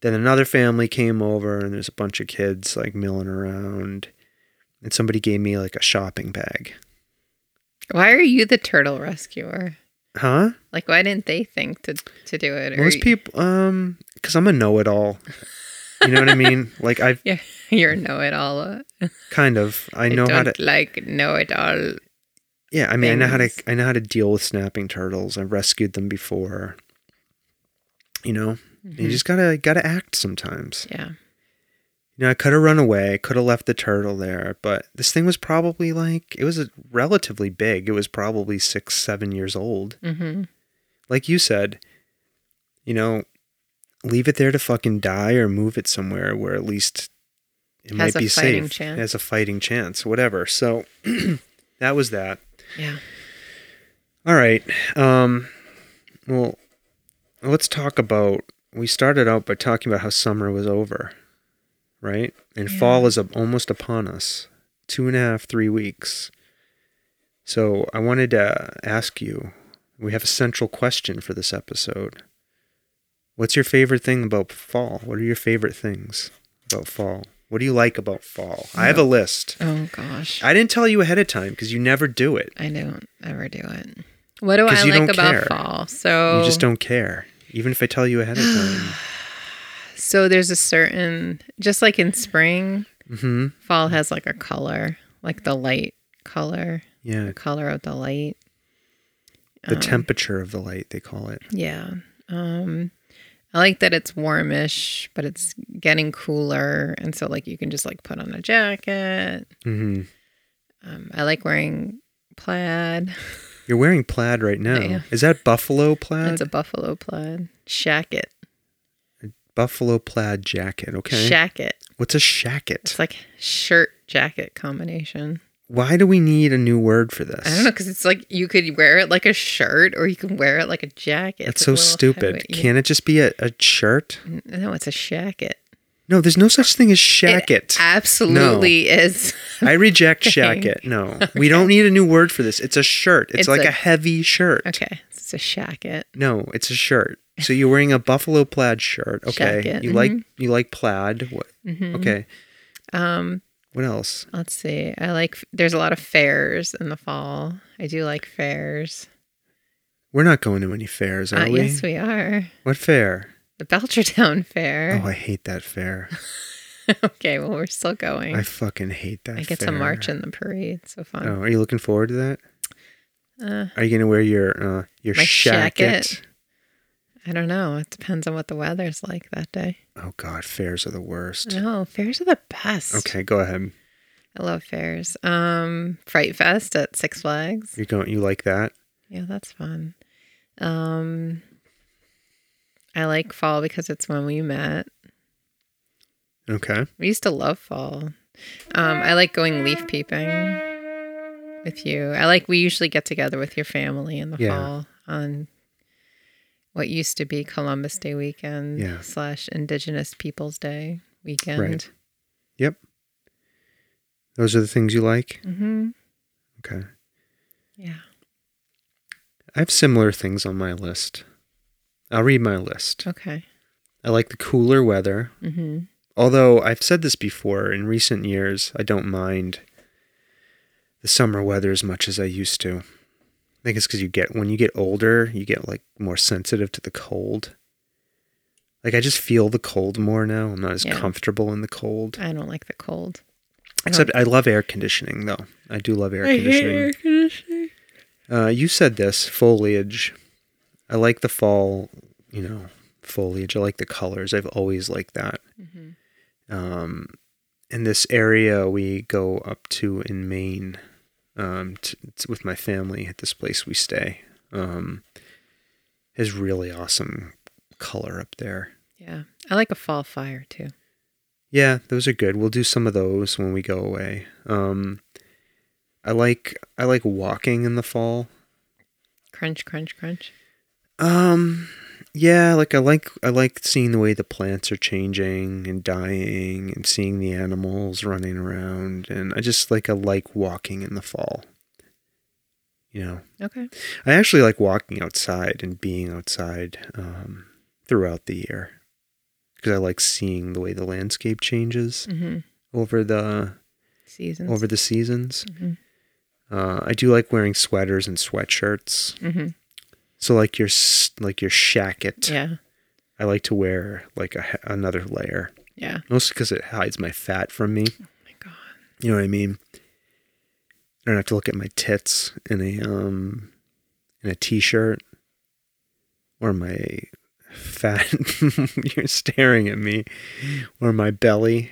S1: then another family came over and there's a bunch of kids like milling around and somebody gave me like a shopping bag
S2: Why are you the turtle rescuer?
S1: huh
S2: Like, why didn't they think to, to do it? Or
S1: Most people, um, because I'm a know-it-all. You know what I mean? Like I've
S2: Yeah, you're know-it-all. uh,
S1: kind of, I
S2: I
S1: know
S2: don't
S1: how to.
S2: like know-it-all
S1: Yeah, I mean, I know how to.
S2: things.
S1: I know how to deal with snapping turtles. I've rescued them before. You know,
S2: Mm-hmm.
S1: you just gotta gotta act sometimes.
S2: Yeah.
S1: You know, I could have run away, could have left the turtle there, but this thing was probably like it was a, relatively big. It was probably six, seven years old.
S2: Mm-hmm.
S1: like you said, you know, leave it there to fucking die or move it somewhere where at least it
S2: Has
S1: might
S2: a
S1: be
S2: fighting
S1: safe.
S2: chance.
S1: Has a fighting chance, whatever. So that was that.
S2: Yeah.
S1: All right. Um, well, let's talk about. We started out by talking about how summer was over, right? And
S2: Yeah.
S1: fall is up, almost upon us. Two and a half, three weeks. So I wanted to ask you. We have a central question for this episode. What's your favorite thing about fall? What are your favorite things about fall? What do you like about fall? I have a list.
S2: Oh gosh.
S1: I didn't tell you ahead of time because you never do it.
S2: I don't ever do it. What do I
S1: 'Cause you
S2: like
S1: don't
S2: about
S1: care.
S2: fall? So
S1: You just
S2: Um,
S1: don't care, even if I tell you ahead of time.
S2: so there's a certain just like in spring,
S1: hmm
S2: fall has like a color, like the light color,
S1: Yeah,
S2: the color of the light.
S1: the
S2: Um,
S1: temperature of the light they call it.
S2: Yeah. Um I like that it's warmish, but it's getting cooler and so like you can just like put on a jacket.
S1: hmm
S2: Um I like wearing plaid.
S1: You're wearing plaid right now.
S2: Yeah.
S1: Is that buffalo plaid?
S2: It's a buffalo plaid. Shacket.
S1: buffalo plaid jacket. Okay.
S2: Shacket.
S1: What's a shacket?
S2: It's like shirt jacket combination.
S1: Why do we need a new word for this?
S2: I don't know because it's like you could wear it like a shirt or you can wear it like a jacket.
S1: That's
S2: It's
S1: so
S2: like a little
S1: stupid.
S2: heavy-
S1: Can't it just be a, a shirt?
S2: N- No, it's a shacket.
S1: No, there's no such thing as shacket.
S2: It absolutely is.
S1: I reject
S2: Okay.
S1: shacket. No, we don't need a new word for this. It's a shirt. It's,
S2: It's
S1: like a,
S2: a-
S1: heavy shirt.
S2: Okay, it's a shacket.
S1: No, it's a shirt. So you're wearing a buffalo plaid shirt. Okay.
S2: Jacket,
S1: You like
S2: Mm-hmm.
S1: you like plaid. What? Okay.
S2: Um,
S1: What else?
S2: let's see. I like. There's a lot of fairs in the fall. I do like fairs.
S1: We're not going to any fairs, are
S2: Uh,
S1: we?
S2: yes, we are.
S1: What fair?
S2: The Belchertown Fair.
S1: Oh, I hate that fair.
S2: okay, well we're still going.
S1: I
S2: I,
S1: fucking hate that.
S2: get
S1: fair.
S2: to march in the parade. So fun.
S1: Oh, are you looking forward to that?
S2: Uh,
S1: Are you gonna wear your uh, your
S2: My
S1: shacket?
S2: shacket. I don't know. It depends on what the weather's like that day.
S1: Oh God, fairs are the worst.
S2: No, fairs are the best.
S1: Okay, go ahead.
S2: I love fairs. Um, Fright Fest at Six Flags.
S1: You're going. You like that?
S2: Yeah, that's fun. Um, I like fall because it's when we met.
S1: Okay.
S2: We used to love fall. Um, I like going leaf peeping with you. I like we usually get together with your family in the
S1: Yeah.
S2: fall on what used to be Columbus Day weekend
S1: Yeah.
S2: slash Indigenous Peoples Day weekend.
S1: Yep. Those are the things you like.
S2: Mm-hmm.
S1: Okay.
S2: Yeah.
S1: I have similar things on my list. I'll read my list.
S2: Okay.
S1: I like the cooler weather.
S2: Mm-hmm.
S1: Although I've said this before, in recent years, I don't mind the summer weather as much as I used to. I think it's because you get, when you get older, you get like more sensitive to the cold. Like I just feel the cold more now. I'm not as
S2: Yeah.
S1: comfortable in the cold.
S2: I don't like the cold. I don't-
S1: Except I love air conditioning though. I do love air
S2: I hate
S1: conditioning.
S2: air conditioning.
S1: Uh, you said this foliage. I like the fall, you know, foliage. I like the colors. I've always liked that. Um, in this area, we go up to in Maine um, t- t- with my family at this place we stay. Um, is really awesome color up there.
S2: Yeah, I like a fall fire too.
S1: Yeah, those are good. We'll do some of those when we go away. Um, I like I like walking in the fall.
S2: Crunch, crunch, crunch.
S1: Um yeah, like I like I like seeing the way the plants are changing and dying and seeing the animals running around and I just like I like walking in the fall. You know,
S2: Okay.
S1: I actually like walking outside and being outside um throughout the year because I like seeing the way the landscape changes
S2: Mm-hmm.
S1: over the
S2: Seasons.
S1: over the seasons.
S2: Mhm.
S1: Uh, I do like wearing sweaters and sweatshirts.
S2: Mhm.
S1: So like your s- like your shacket.
S2: Yeah.
S1: I like to wear like a, he- another layer,
S2: Yeah.
S1: mostly because it hides my fat from me.
S2: Oh my God.
S1: You know what I mean? I don't have to look at my tits in a um in a t-shirt or my fat. You're staring at me, or my belly.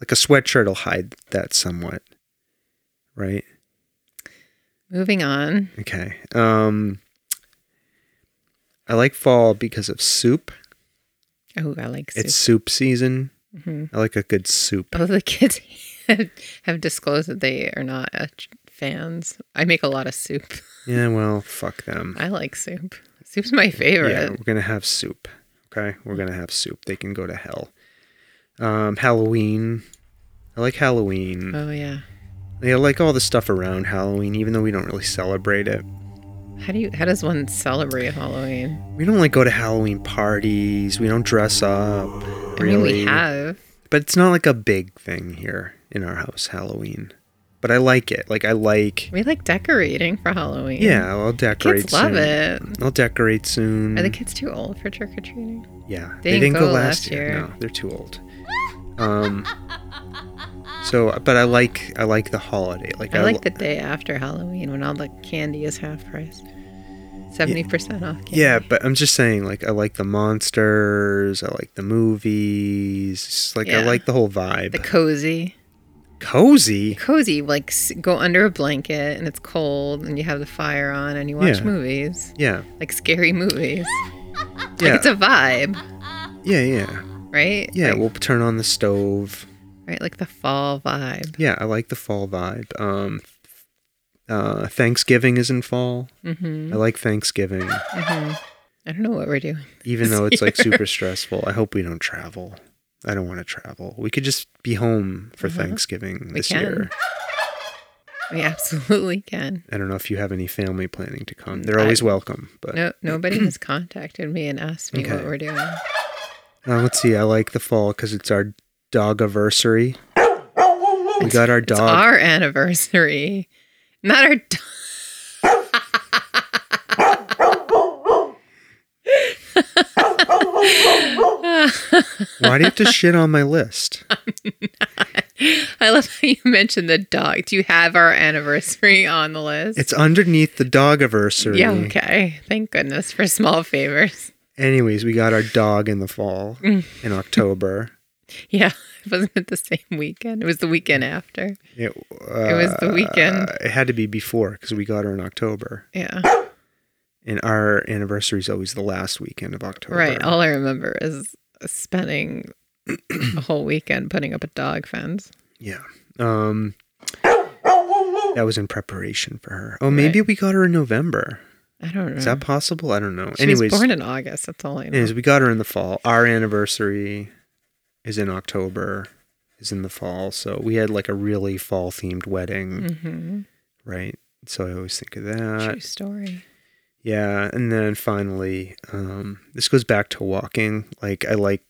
S1: Like a sweatshirt will hide that somewhat, right?
S2: Moving on.
S1: Okay. Um I like fall because of soup.
S2: Oh, I like soup. Mm-hmm.
S1: It's soup season. I like a good soup.
S2: Both the kids have, have disclosed that they are not uh, fans. I make a lot of soup.
S1: Yeah, well, fuck them.
S2: I like soup. Soup's my favorite.
S1: Yeah, we're gonna have soup. Okay, we're gonna have soup. They can go to hell. Um, Halloween. I like Halloween.
S2: Oh yeah.
S1: I like all the stuff around Halloween, even though we don't really celebrate it.
S2: How do you? How does one celebrate Halloween?
S1: We don't like go to Halloween parties. We don't dress up. Really.
S2: I mean, we have.
S1: But it's not like a big thing here in our house, Halloween. But I like it. Like I like
S2: We like decorating for Halloween.
S1: Yeah, I'll decorate
S2: Kids love
S1: soon.
S2: it.
S1: I'll decorate soon.
S2: Are the kids too old for trick or treating?
S1: Yeah,
S2: They didn't go last year.
S1: No, they're too old. Um. So, but I like I like the holiday. Like
S2: I like
S1: the
S2: the day after Halloween when all the candy is half price, seventy percent off. Candy.
S1: Yeah, but I'm just saying. Like I like the monsters. I like the movies. Like I
S2: Yeah.
S1: like the whole vibe.
S2: the cozy,
S1: Cozy.
S2: cozy. Like s- go under a blanket and it's cold, and you have the fire on, and you watch
S1: Yeah.
S2: movies,
S1: Yeah.
S2: like scary movies.
S1: Yeah.
S2: Like it's a vibe,
S1: yeah. Yeah.
S2: right?
S1: Yeah.
S2: Like,
S1: We'll turn on the stove.
S2: right, like the fall vibe.
S1: Yeah, I like the fall vibe. Um, uh, Thanksgiving is in fall.
S2: hmm
S1: I like Thanksgiving,
S2: I don't know what we're doing.
S1: even though it's like super stressful. I hope we don't travel. I don't want to travel. We could just be home for Thanksgiving this
S2: Mm-hmm. can.
S1: year.
S2: We absolutely can.
S1: I don't know if you have any family planning to come. They're always welcome. But
S2: No, nobody has contacted me and asked me what
S1: Okay.
S2: we're doing.
S1: uh, let's see. I like the fall because it's our dog anniversary. We got our
S2: It's
S1: dog.
S2: our anniversary, not our. Do-
S1: Why do you have to shit on my list?
S2: I love how you mentioned the dog. Do you have our anniversary on the list?
S1: It's underneath the dog anniversary.
S2: yeah, okay. Thank goodness for small favors.
S1: Anyways, we got our dog in the fall
S2: Mm.
S1: in October.
S2: Yeah, it wasn't it the same weekend. It was the weekend after.
S1: It, uh,
S2: It was the weekend.
S1: It had to be before because we got her in October,
S2: Yeah,
S1: and our anniversary is always the last weekend of October.
S2: right. oh. All I remember is spending a whole weekend putting up a dog fence.
S1: yeah. Um, that was in preparation for her. Oh, maybe we got her in November.
S2: I don't know.
S1: Is that possible? I don't know.
S2: she
S1: anyways,
S2: was born in August. That's all I know.
S1: anyways, we got her in the fall. Our anniversary is in October. Is in the fall, so we had like a really fall themed wedding,
S2: hmm
S1: right? So I always think of that.
S2: True story.
S1: Yeah, and then finally, um, this goes back to walking. Like I like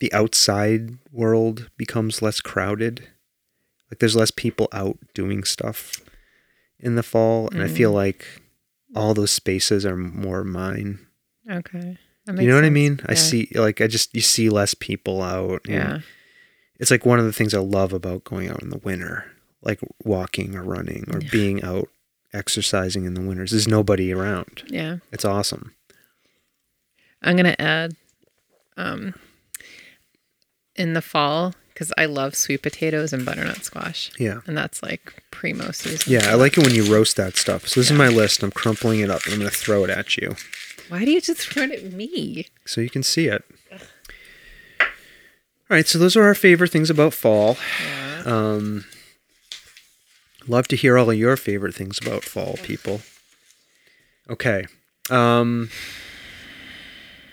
S1: the outside world becomes less crowded. Like there's less people out doing stuff in the fall, and I
S2: Mm.
S1: feel like all those spaces are more mine.
S2: Okay. That
S1: you
S2: makes
S1: know what I
S2: sense.
S1: mean? I
S2: Yeah.
S1: see, like I just you see less people out. and
S2: Yeah.
S1: it's like one of the things I love about going out in the winter, like walking or running or being out exercising in the winters. There's nobody around.
S2: Yeah.
S1: It's awesome.
S2: I'm gonna add, um, in the fall because I love sweet potatoes and butternut squash,
S1: Yeah.
S2: and that's like primo season.
S1: Yeah, I like it when you roast that stuff. So this is my list. I'm crumpling it up. and I'm going to throw it at you
S2: Why do you just throw it at me?
S1: so you can see it. All right, so those are our favorite things about fall. Um, love to hear all of your favorite things about fall, people. Okay. Um,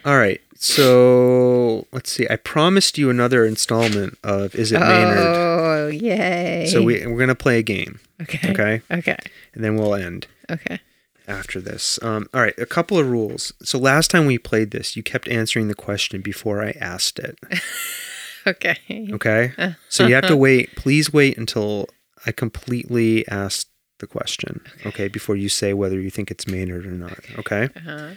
S1: all right, so let's see. I promised you another installment of Is It Maynard?
S2: Oh, yay!
S1: So we, we're going to play a game,
S2: okay,
S1: okay?
S2: okay,
S1: And then we'll end.
S2: okay.
S1: after this. Um, all right, a couple of rules. So last time we played this, you kept answering the question before I asked it.
S2: okay.
S1: Okay, so you have to wait. Please wait until I completely ask the question. Okay. before you say whether you think it's Maynard or not. Okay,
S2: Uh-huh.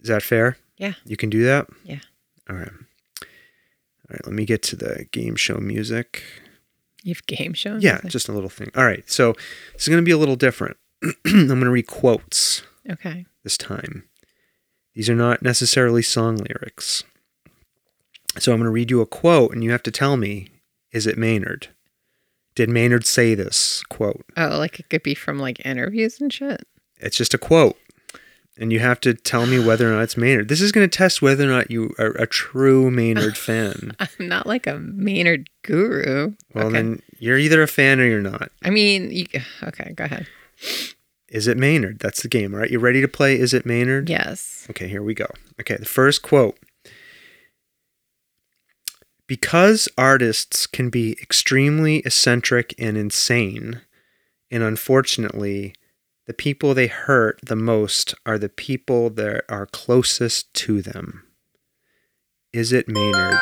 S1: is that fair?
S2: Yeah.
S1: You can do that.
S2: Yeah.
S1: All right. All right. Let me get to the game show music.
S2: You have game shows.
S1: Yeah,
S2: Okay.
S1: just a little thing. All right. So this is going to be a little different. I'm going to read quotes.
S2: Okay.
S1: this time. These are not necessarily song lyrics. So I'm going to read you a quote, and you have to tell me is it Maynard? Did Maynard say this quote?
S2: Oh, like it could be from like interviews and shit.
S1: It's just a quote. and you have to tell me whether or not it's Maynard. This is going to test whether or not you are a true Maynard fan.
S2: I'm not like a Maynard guru.
S1: Well,
S2: okay.
S1: then you're either a fan or you're not.
S2: I mean, you, okay, go ahead.
S1: Is it Maynard? That's the game, all right? You ready to play Is it Maynard?
S2: Yes.
S1: Okay, here we go. Okay, the first quote. Because artists can be extremely eccentric and insane, and unfortunately, the people they hurt the most are the people that are closest to them. Is it Maynard?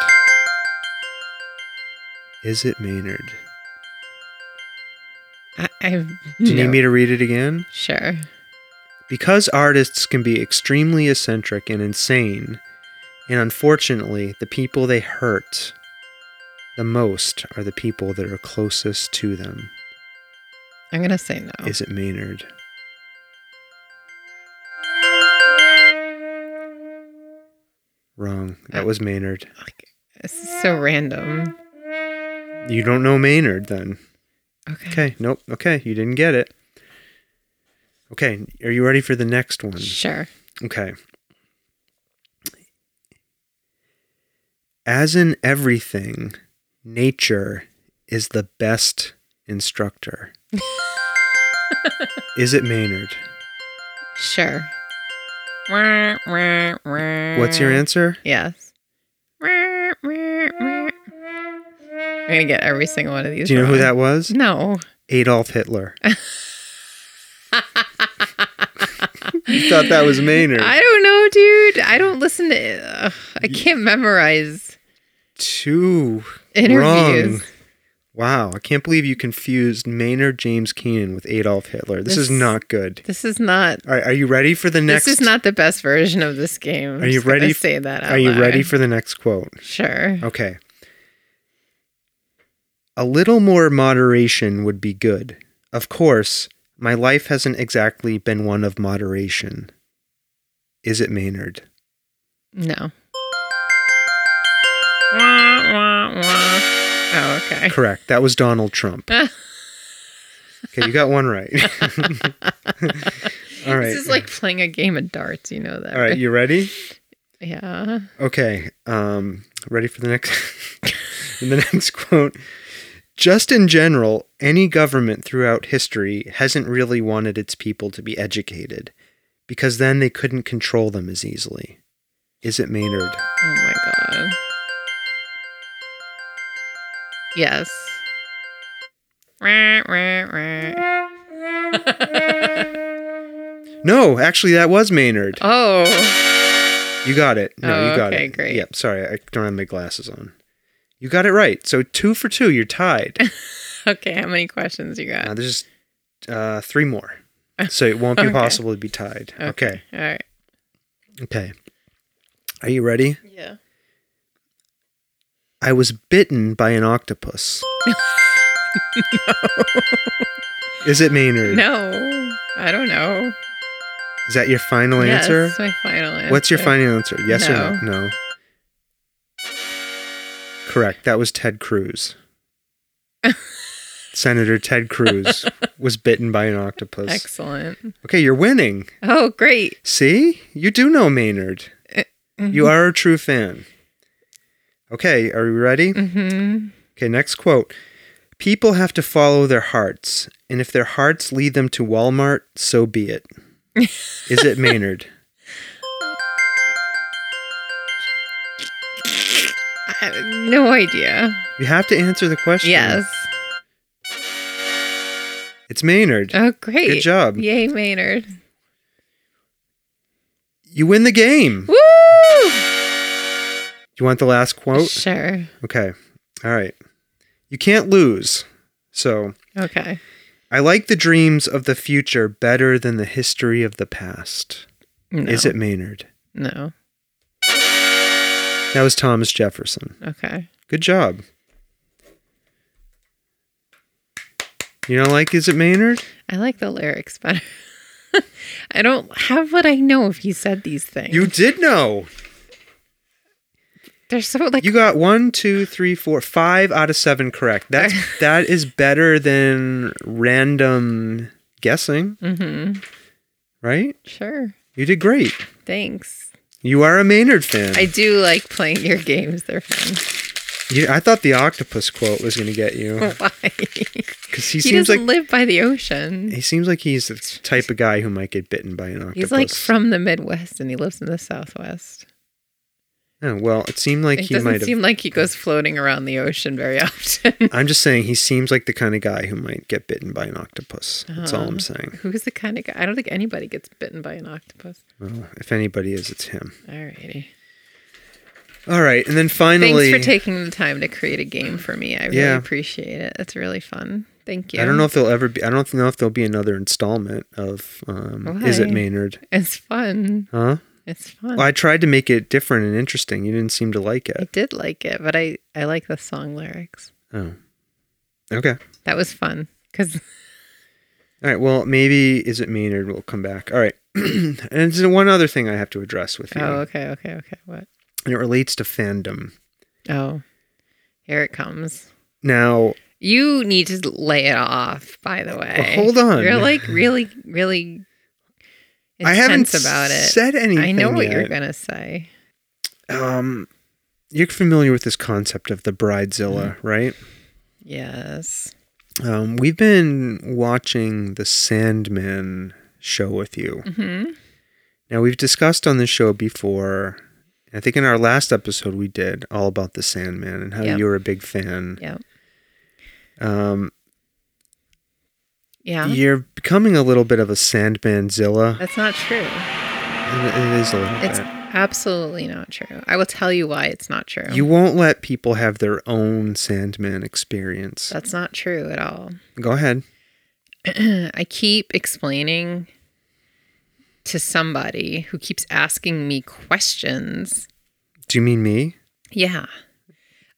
S1: Is it Maynard?
S2: I, I
S1: Do you
S2: no.
S1: need me to read it again?
S2: Sure.
S1: Because artists can be extremely eccentric and insane, and unfortunately, the people they hurt the most are the people that are closest to them.
S2: I'm gonna say no.
S1: Is it Maynard? Wrong. That
S2: Uh.
S1: was Maynard.
S2: Like, this is so random.
S1: You don't know Maynard then.
S2: Okay.
S1: Okay. Nope. Okay. You didn't get it. Okay. Are you ready for the next one?
S2: Sure.
S1: Okay. As in everything, nature is the best instructor. is it Maynard?
S2: Sure.
S1: What's
S2: What's
S1: your answer?
S2: Yes. I'm gonna get every single one of these.
S1: Do you know who
S2: wrong.
S1: that was?
S2: No.
S1: Adolf Hitler. you thought that was Maynard.
S2: I don't know, dude. I don't listen to. Ugh, I can't memorize
S1: Two
S2: interviews.
S1: Wrong. Wow, I can't believe you confused Maynard James Keenan with Adolf Hitler. This, is
S2: This-
S1: not good.
S2: This is not.
S1: All right, are you ready for the next?
S2: This is not the best version of this game. I'm
S1: Are you
S2: just gonna
S1: ready f-
S2: Say that. Out
S1: Are you
S2: loud.
S1: ready for the next quote?
S2: Sure.
S1: Okay. A little more moderation would be good. Of course, my life hasn't exactly been one of moderation. Is it Maynard?
S2: No. Wah, wah, wah. Oh, okay.
S1: Correct. That was Donald Trump. okay, you got one right. All right.
S2: This is like playing a game of darts. You know that.
S1: All right,
S2: right?
S1: you ready?
S2: Yeah.
S1: Okay. Um ready for the next the next quote. Just in general, any government throughout history hasn't really wanted its people to be educated because then they couldn't control them as easily. Is it Maynard?
S2: Oh my god. Yes. Rah, rah, rah.
S1: No, actually that was Maynard.
S2: oh.
S1: You got it. No,
S2: Oh,
S1: you got
S2: okay,
S1: it.
S2: great.
S1: Yep, sorry. I don't have my glasses on. You got it right. So 2 for 2, you're tied.
S2: Okay, how many questions you
S1: Now
S2: got?
S1: there's uh 3 more. So it won't be
S2: Okay.
S1: possible to be tied. okay.
S2: All right.
S1: Okay. Are you ready?
S2: Yeah.
S1: I was bitten by an octopus. Is it Maynard?
S2: No. I don't know.
S1: Is that your final answer?
S2: Yes, my final answer.
S1: What's your final answer? Yes or no?
S2: No.
S1: No. Correct. That was Ted Cruz. Senator Ted Cruz was bitten by an octopus.
S2: Excellent.
S1: Okay, you're winning.
S2: Oh, great.
S1: See? You do know Maynard. You are a true fan. Okay, are you ready?
S2: Mm-hmm.
S1: Okay, next quote. People have to follow their hearts, and if their hearts lead them to Walmart, so be it. Is it Maynard?
S2: I have no idea.
S1: You have to answer the question.
S2: Yes.
S1: It's Maynard.
S2: Oh, great.
S1: Good job.
S2: Yay, Maynard.
S1: You win the game.
S2: Woo!
S1: You want the last quote?
S2: Sure.
S1: Okay. All right. You can't lose. So,
S2: Okay.
S1: I like the dreams of the future better than the history of the past.
S2: No.
S1: Is it Maynard?
S2: No.
S1: That was Thomas Jefferson.
S2: Okay.
S1: Good job. You don't like Is It Maynard?
S2: I like the lyrics better. I don't have what I know if you said these things.
S1: You did know.
S2: They're so like
S1: You got one, two, three, four, five out of seven correct. That's that is better than random guessing,
S2: hmm
S1: right?
S2: sure.
S1: You did great.
S2: Thanks.
S1: You are a Maynard fan.
S2: I do like playing your games. They're fun.
S1: You- I thought the octopus quote was going to get you
S2: Why?
S1: because he,
S2: He,
S1: seems like
S2: doesn't live by the ocean.
S1: he seems like he's the type of guy who might get bitten by an octopus.
S2: He's like from the Midwest and he lives in the Southwest.
S1: Oh, well, it seemed like
S2: it
S1: he might
S2: doesn't
S1: have.
S2: seem like he goes floating around the ocean very often.
S1: I'm just saying he seems like the kind of guy who might get bitten by an octopus. That's all
S2: Uh-huh.
S1: I'm saying.
S2: Who's the kind of guy? I don't think anybody gets bitten by an octopus.
S1: Well, if anybody is, it's him.
S2: Alrighty.
S1: All right, and then finally,
S2: Thanks for taking the time to create a game for me. I really
S1: Yeah.
S2: appreciate it. It's really fun. Thank you.
S1: I don't know if there'll ever be. I don't know if there'll be another installment of um, Is it
S2: Why?
S1: Maynard?
S2: It's fun.
S1: Huh?
S2: It's fun.
S1: Well, I tried to make it different and interesting. You didn't seem to like
S2: I
S1: it.
S2: did like it, but I I like the song lyrics.
S1: Oh, okay.
S2: That was fun because
S1: All right. Well, maybe Is it Maynard? We'll come back. All right. and there's one other thing I have to address with you,
S2: oh okay okay okay what
S1: and it relates to fandom.
S2: oh here it comes.
S1: Now,
S2: You need to lay it off. By the way,
S1: hold on.
S2: You're like really really intense
S1: I haven't
S2: about it.
S1: said anything.
S2: I know what you're
S1: yet.
S2: gonna say.
S1: Um, you're familiar with this concept of the
S2: Mm.
S1: bridezilla, right?
S2: Yes.
S1: Um, we've been watching the Sandman show with you.
S2: Mm-hmm.
S1: Now we've discussed on this show before. I think in our last episode we did all about the Sandman and how
S2: Yep.
S1: you were a big fan.
S2: Yep.
S1: Um,
S2: Yeah.
S1: You're becoming a little bit of a Sandman Zilla.
S2: That's not true.
S1: It is a little
S2: It's
S1: bit.
S2: absolutely not true. I will tell you why it's not true.
S1: You won't let people have their own Sandman experience.
S2: That's not true at all.
S1: Go ahead.
S2: I keep explaining to somebody who keeps asking me questions,
S1: Do you mean me?
S2: yeah,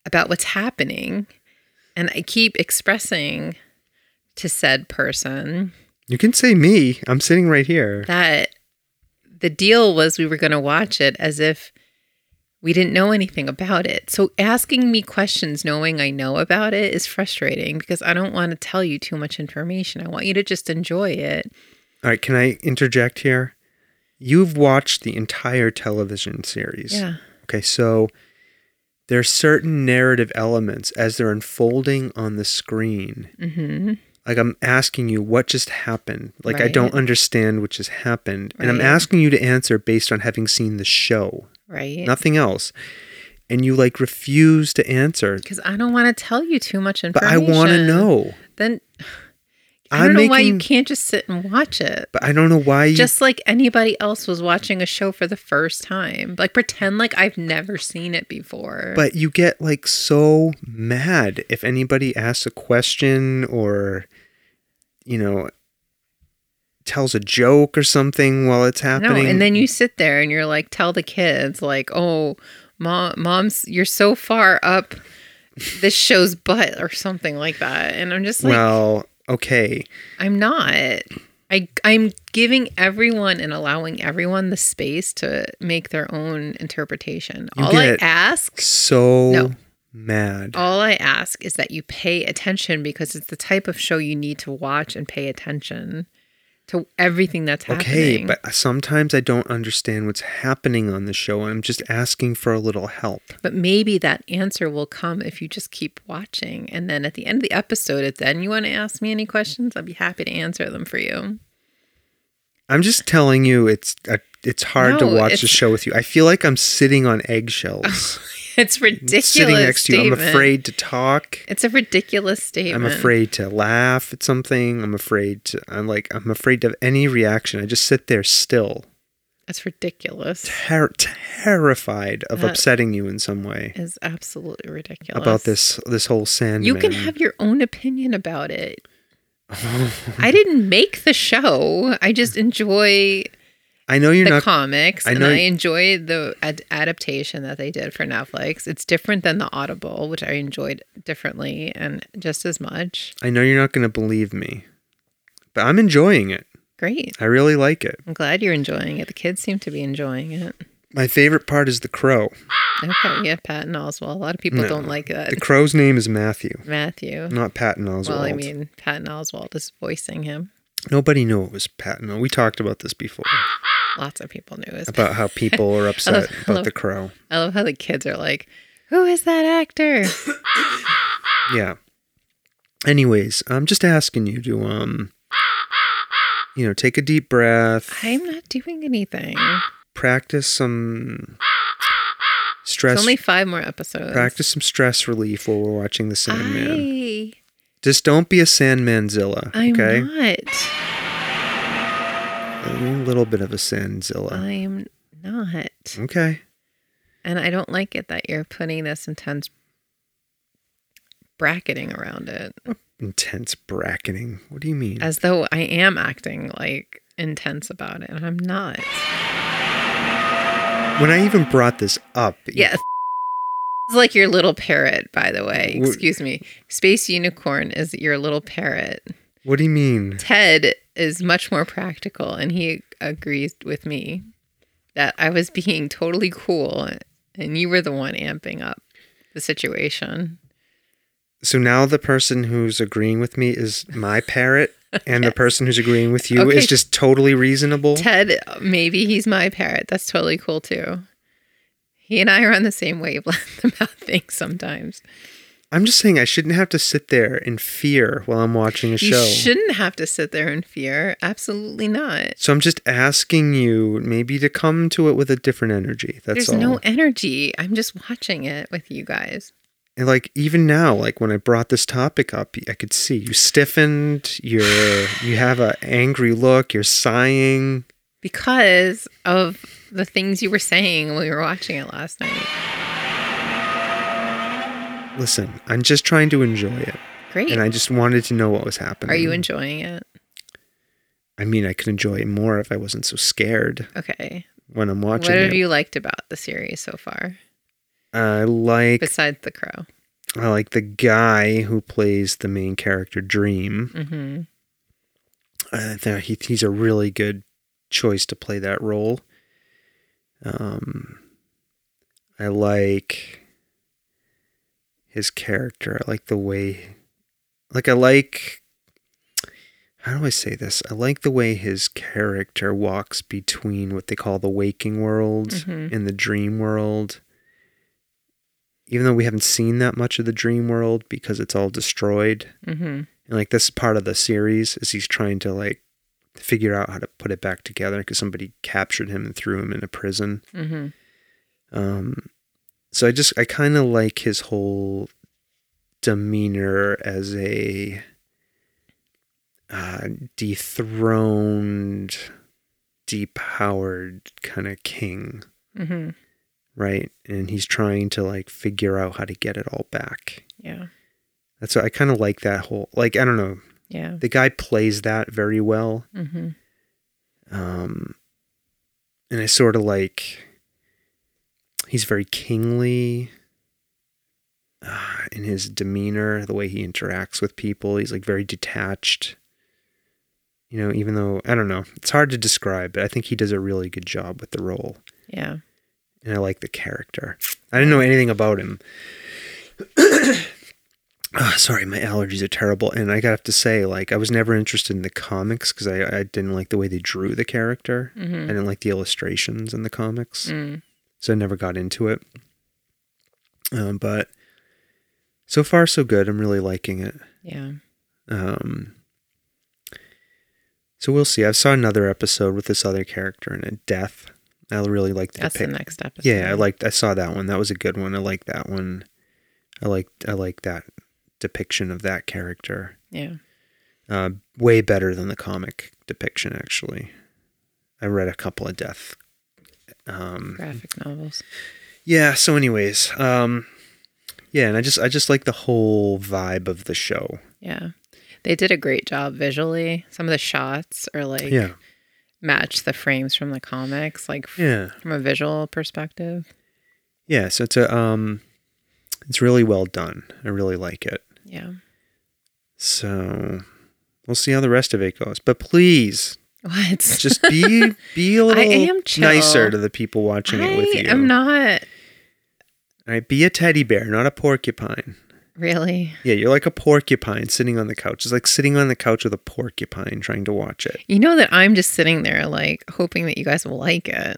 S2: about what's happening. And I keep expressing to said person
S1: You can say me. I'm sitting right here.
S2: that the deal was we were going to watch it as if we didn't know anything about it. So asking me questions knowing I know about it is frustrating because I don't want to tell you too much information. I want you to just enjoy it.
S1: All right, can I interject here? You've watched the entire television series.
S2: Yeah.
S1: Okay, so there are certain narrative elements as they're unfolding on the screen.
S2: Mhm.
S1: Like I'm asking you what just happened. Like I
S2: Right.
S1: don't understand what just happened. And I'm
S2: Right.
S1: asking you to answer based on having seen the show.
S2: Right?
S1: Nothing else. And you like refuse to answer.
S2: Because I don't want to tell you too much
S1: But I
S2: information.
S1: want to know.
S2: Then I
S1: I'm
S2: don't know why you
S1: making-
S2: can't just sit and watch it.
S1: But I don't know why you
S2: Just like anybody else was watching a show for the first time. Like pretend like I've never seen it before.
S1: But you get like so mad if anybody asks a question or, you know, tells a joke or something while it's
S2: no,
S1: happening.
S2: and then you sit there and you're like, tell the kids, like, oh, mom, mom's, you're so far up this show's butt or something like that. And I'm just like,
S1: well, okay.
S2: I'm not. I I'm giving everyone and allowing everyone the space to make their own interpretation.
S1: You
S2: all
S1: get-
S2: I ask,
S1: So
S2: No.
S1: mad.
S2: all I ask is that you pay attention because it's the type of show you need to watch and pay attention to everything that's
S1: okay,
S2: happening.
S1: but sometimes I don't understand what's happening on the show and I'm just asking for a little help.
S2: But maybe that answer will come if you just keep watching. And then at the end of the episode, if then you want to ask me any questions, I'd be happy to answer them for you.
S1: I'm just telling you it's uh, it's hard
S2: No,
S1: to watch
S2: it's-
S1: the show with you. I feel like I'm sitting on eggshells.
S2: It's ridiculous.
S1: sitting next to you. I'm
S2: statement.
S1: afraid to talk.
S2: It's a ridiculous statement.
S1: I'm afraid to laugh at something. I'm afraid to, I'm like, I'm afraid of any reaction. I just sit there still,
S2: That's ridiculous.
S1: ter- terrified of
S2: That-
S1: upsetting you in some way
S2: Is absolutely ridiculous.
S1: about this, this whole sand.
S2: You can have your own opinion about it. I didn't make the show. I just enjoy
S1: I know you're
S2: the
S1: not,
S2: comics
S1: I
S2: and
S1: know-
S2: I enjoy the ad- adaptation that they did for Netflix. It's different than the Audible, which I enjoyed differently and just as much.
S1: I know you're not going to believe me, but I'm enjoying it.
S2: Great.
S1: I really like it.
S2: I'm glad you're enjoying it. The kids seem to be enjoying it.
S1: My favorite part is the crow.
S2: Okay, yeah, Patton Oswald. A lot of people
S1: No,
S2: don't like that.
S1: The crow's name is Matthew,
S2: Matthew.
S1: not Patton Oswald.
S2: Well, I mean, Patton Oswald is voicing him.
S1: Nobody knew it was Patton. We talked about this before.
S2: lots of people knew. Is
S1: about how people are upset
S2: love- I
S1: about
S2: love-
S1: the crow.
S2: I love how the kids are like, "Who is that actor?"
S1: Yeah. Anyways, I'm just asking you to um you know, take a deep breath,
S2: I'm not doing anything.
S1: practice some
S2: It's
S1: stress
S2: only five more episodes.
S1: practice some stress relief while we're watching the Sandman.
S2: I,
S1: Just don't be a Sandmanzilla,
S2: I'm
S1: okay?
S2: not.
S1: A little bit of a Sandzilla.
S2: I'm not.
S1: Okay.
S2: And I don't like it that you're putting this intense bracketing around it
S1: Intense bracketing. What do you mean?
S2: as though I am acting like intense about it. And I'm not.
S1: when I even brought this up, you-
S2: Yes. It's like your little parrot, by the way.
S1: Wh-
S2: Excuse me. Space Unicorn is your little parrot.
S1: what do you mean?
S2: Ted is much more practical, and he agrees with me that I was being totally cool, and you were the one amping up the situation.
S1: So now the person who's agreeing with me is my parrot, and the person who's agreeing with you
S2: Okay.
S1: is just totally reasonable.
S2: Ted, maybe he's my parrot. That's totally cool too. He and I are on the same wavelength about things sometimes.
S1: I'm just saying I shouldn't have to sit there in fear while I'm watching a show.
S2: You shouldn't have to sit there in fear. Absolutely not.
S1: So I'm just asking you maybe to come to it with a different energy. That's
S2: There's
S1: all.
S2: no energy. I'm just watching it with you guys.
S1: and like even now, like when I brought this topic up, I could see you stiffened. You're you have an angry look. You're sighing.
S2: because of the things you were saying when we were watching it last night.
S1: Listen, I'm just trying to enjoy it,
S2: Great.
S1: and I just wanted to know what was happening.
S2: Are you enjoying it?
S1: I mean, I could enjoy it more if I wasn't so scared
S2: Okay.
S1: when I'm
S2: What
S1: watching
S2: have
S1: it.
S2: you liked about the series so far,
S1: I like
S2: besides The Crow?
S1: I like the guy who plays the main character Dream.
S2: hmm
S1: I think he, he's a really good choice to play that role. Um, I like his character. I like the way, like I like. How do I say this? I like the way his character walks between what they call the waking world
S2: Mhm.
S1: and the dream world. Even though we haven't seen that much of the dream world because it's all destroyed,
S2: hmm
S1: and like this part of the series is he's trying to like figure out how to put it back together because somebody captured him and threw him in a prison.
S2: hmm
S1: Um, so I just I kind of like his whole demeanor as a uh, dethroned, depowered kind of king,
S2: hmm
S1: right? And he's trying to like figure out how to get it all back.
S2: Yeah.
S1: That's what I kind of like that whole like I don't know
S2: Yeah.
S1: the guy plays that very well.
S2: hmm
S1: Um, and I sort of like he's very kingly uh, in his demeanor, the way he interacts with people. He's like very detached. You know, even though I don't know, it's hard to describe, but I think he does a really good job with the role,
S2: Yeah.
S1: and I like the character. I didn't know anything about him. Ah, sorry, my allergies are terrible, and I have to say, like, I was never interested in the comics because I, I didn't like the way they drew the character. I
S2: hmm
S1: didn't like the illustrations in the comics,
S2: Mm.
S1: so I never got into it. Um, but so far, so good. I'm really liking it.
S2: Yeah.
S1: Um, so we'll see. I saw another episode with this other character in it, Death. I really liked the
S2: That's the
S1: depict-
S2: next episode.
S1: Yeah, I liked. I saw that one. That was a good one. I like that one. I like. I like that depiction of that character
S2: Yeah.
S1: uh, way better than the comic depiction actually i read a couple of death um,
S2: Graphic novels.
S1: yeah so anyways um, yeah and i just i just like the whole vibe of the show
S2: Yeah. They did a great job visually. Some of the shots are like
S1: yeah
S2: match the frames from the comics, like f-
S1: yeah
S2: from a visual perspective.
S1: yeah so it's a um it's really well done i really like it
S2: Yeah.
S1: so we'll see how the rest of it goes but please
S2: What?
S1: just be be a little
S2: am chill.
S1: nicer to the people watching it with
S2: I
S1: you
S2: am not
S1: all right be a teddy bear not a porcupine
S2: Really?
S1: Yeah, you're like a porcupine sitting on the couch. It's like sitting on the couch with a porcupine trying to watch it.
S2: You know that I'm just sitting there, like, hoping that you guys will like it.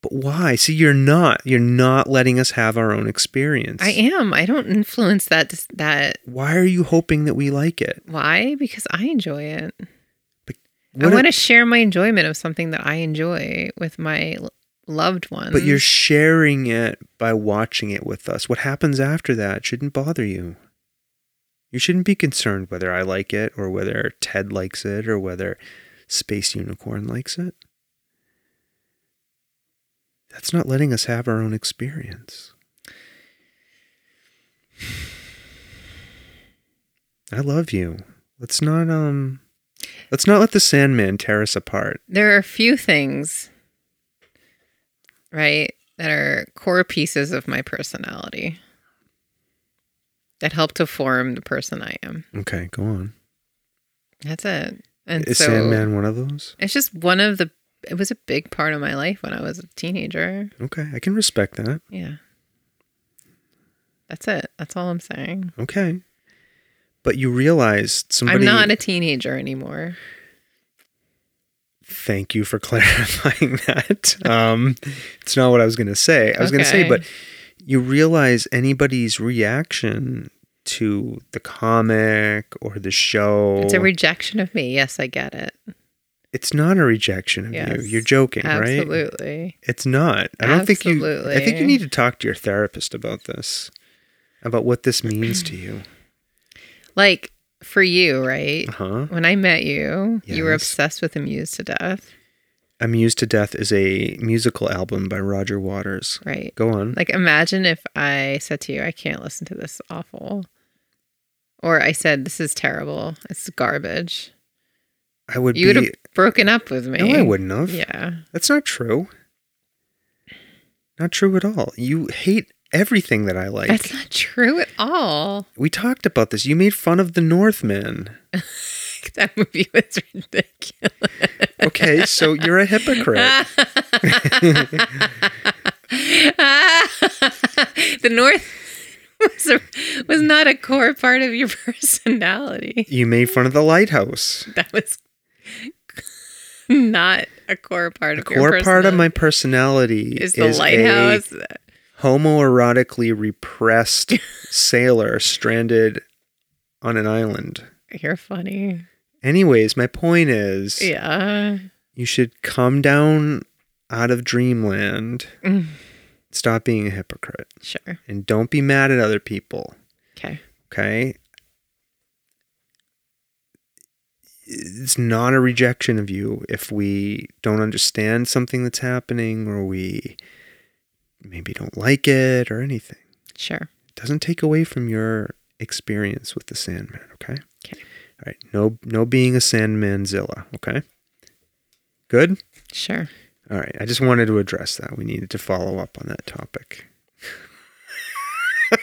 S1: But why? See, you're not. You're not letting us have our own experience.
S2: I am. I don't influence that. That
S1: Why are you hoping that we like it?
S2: why? Because I enjoy it.
S1: What
S2: I
S1: a-
S2: want to share my enjoyment of something that I enjoy with my l- loved ones.
S1: But you're sharing it by watching it with us. What happens after that shouldn't bother you. You shouldn't be concerned whether I like it or whether Ted likes it or whether Space Unicorn likes it. That's not letting us have our own experience. I love you. Let's not um let's not let the Sandman tear us apart.
S2: there are a few things, right, that are core pieces of my personality that help to form the person I am.
S1: Okay, go on.
S2: That's it. And
S1: Is
S2: so
S1: Sandman one of those?
S2: it's just one of the. It was a big part of my life when I was a teenager.
S1: Okay, I can respect that.
S2: Yeah. That's it. That's all I'm saying.
S1: Okay. But you realize somebody
S2: I'm not a teenager anymore.
S1: Thank you for clarifying that. Um it's not what I was going to say. I was going to say
S2: Okay.
S1: but you realize anybody's reaction to the comic or the show
S2: It's a rejection of me. Yes, I get it.
S1: it's not a rejection of
S2: Yes.
S1: you. You're joking, right?
S2: Absolutely.
S1: It's not. I don't think you I think you
S2: Absolutely.
S1: need to talk to your therapist about this. About what this means to you.
S2: Like for you, right?
S1: Uh-huh.
S2: When I met you, you were
S1: Yes.
S2: obsessed with Amused to Death,
S1: Amused to Death is a musical album by Roger Waters.
S2: right?
S1: Go on.
S2: Like imagine if I said to you, I can't listen to this awful. Or I said, This is terrible. It's garbage.
S1: I would
S2: You would
S1: be.
S2: have broken up with me.
S1: no, I wouldn't have.
S2: Yeah.
S1: That's not true. Not true at all. You hate everything that I like.
S2: That's not true at all.
S1: we talked about this. You made fun of the Northmen.
S2: That movie was ridiculous.
S1: Okay, so you're a hypocrite.
S2: the North was, a, was not a core part of your personality.
S1: You made fun of the lighthouse.
S2: That was not a core part
S1: A
S2: of your
S1: core part of
S2: personality.
S1: my personality
S2: is the
S1: a
S2: lighthouse.
S1: homoerotically repressed sailor stranded on an island.
S2: You're funny.
S1: Anyways, my point is
S2: Yeah.
S1: you should come down out of dreamland.
S2: Mm.
S1: Stop being a hypocrite.
S2: Sure.
S1: and don't be mad at other people.
S2: Okay.
S1: Okay. It's not a rejection of you if we don't understand something that's happening or we maybe don't like it or anything.
S2: Sure.
S1: It doesn't take away from your experience with the Sandman, okay?
S2: Okay.
S1: All right. No no being a Sandmanzilla, okay? Good?
S2: Sure.
S1: All right. I just wanted to address that. We needed to follow up on that topic.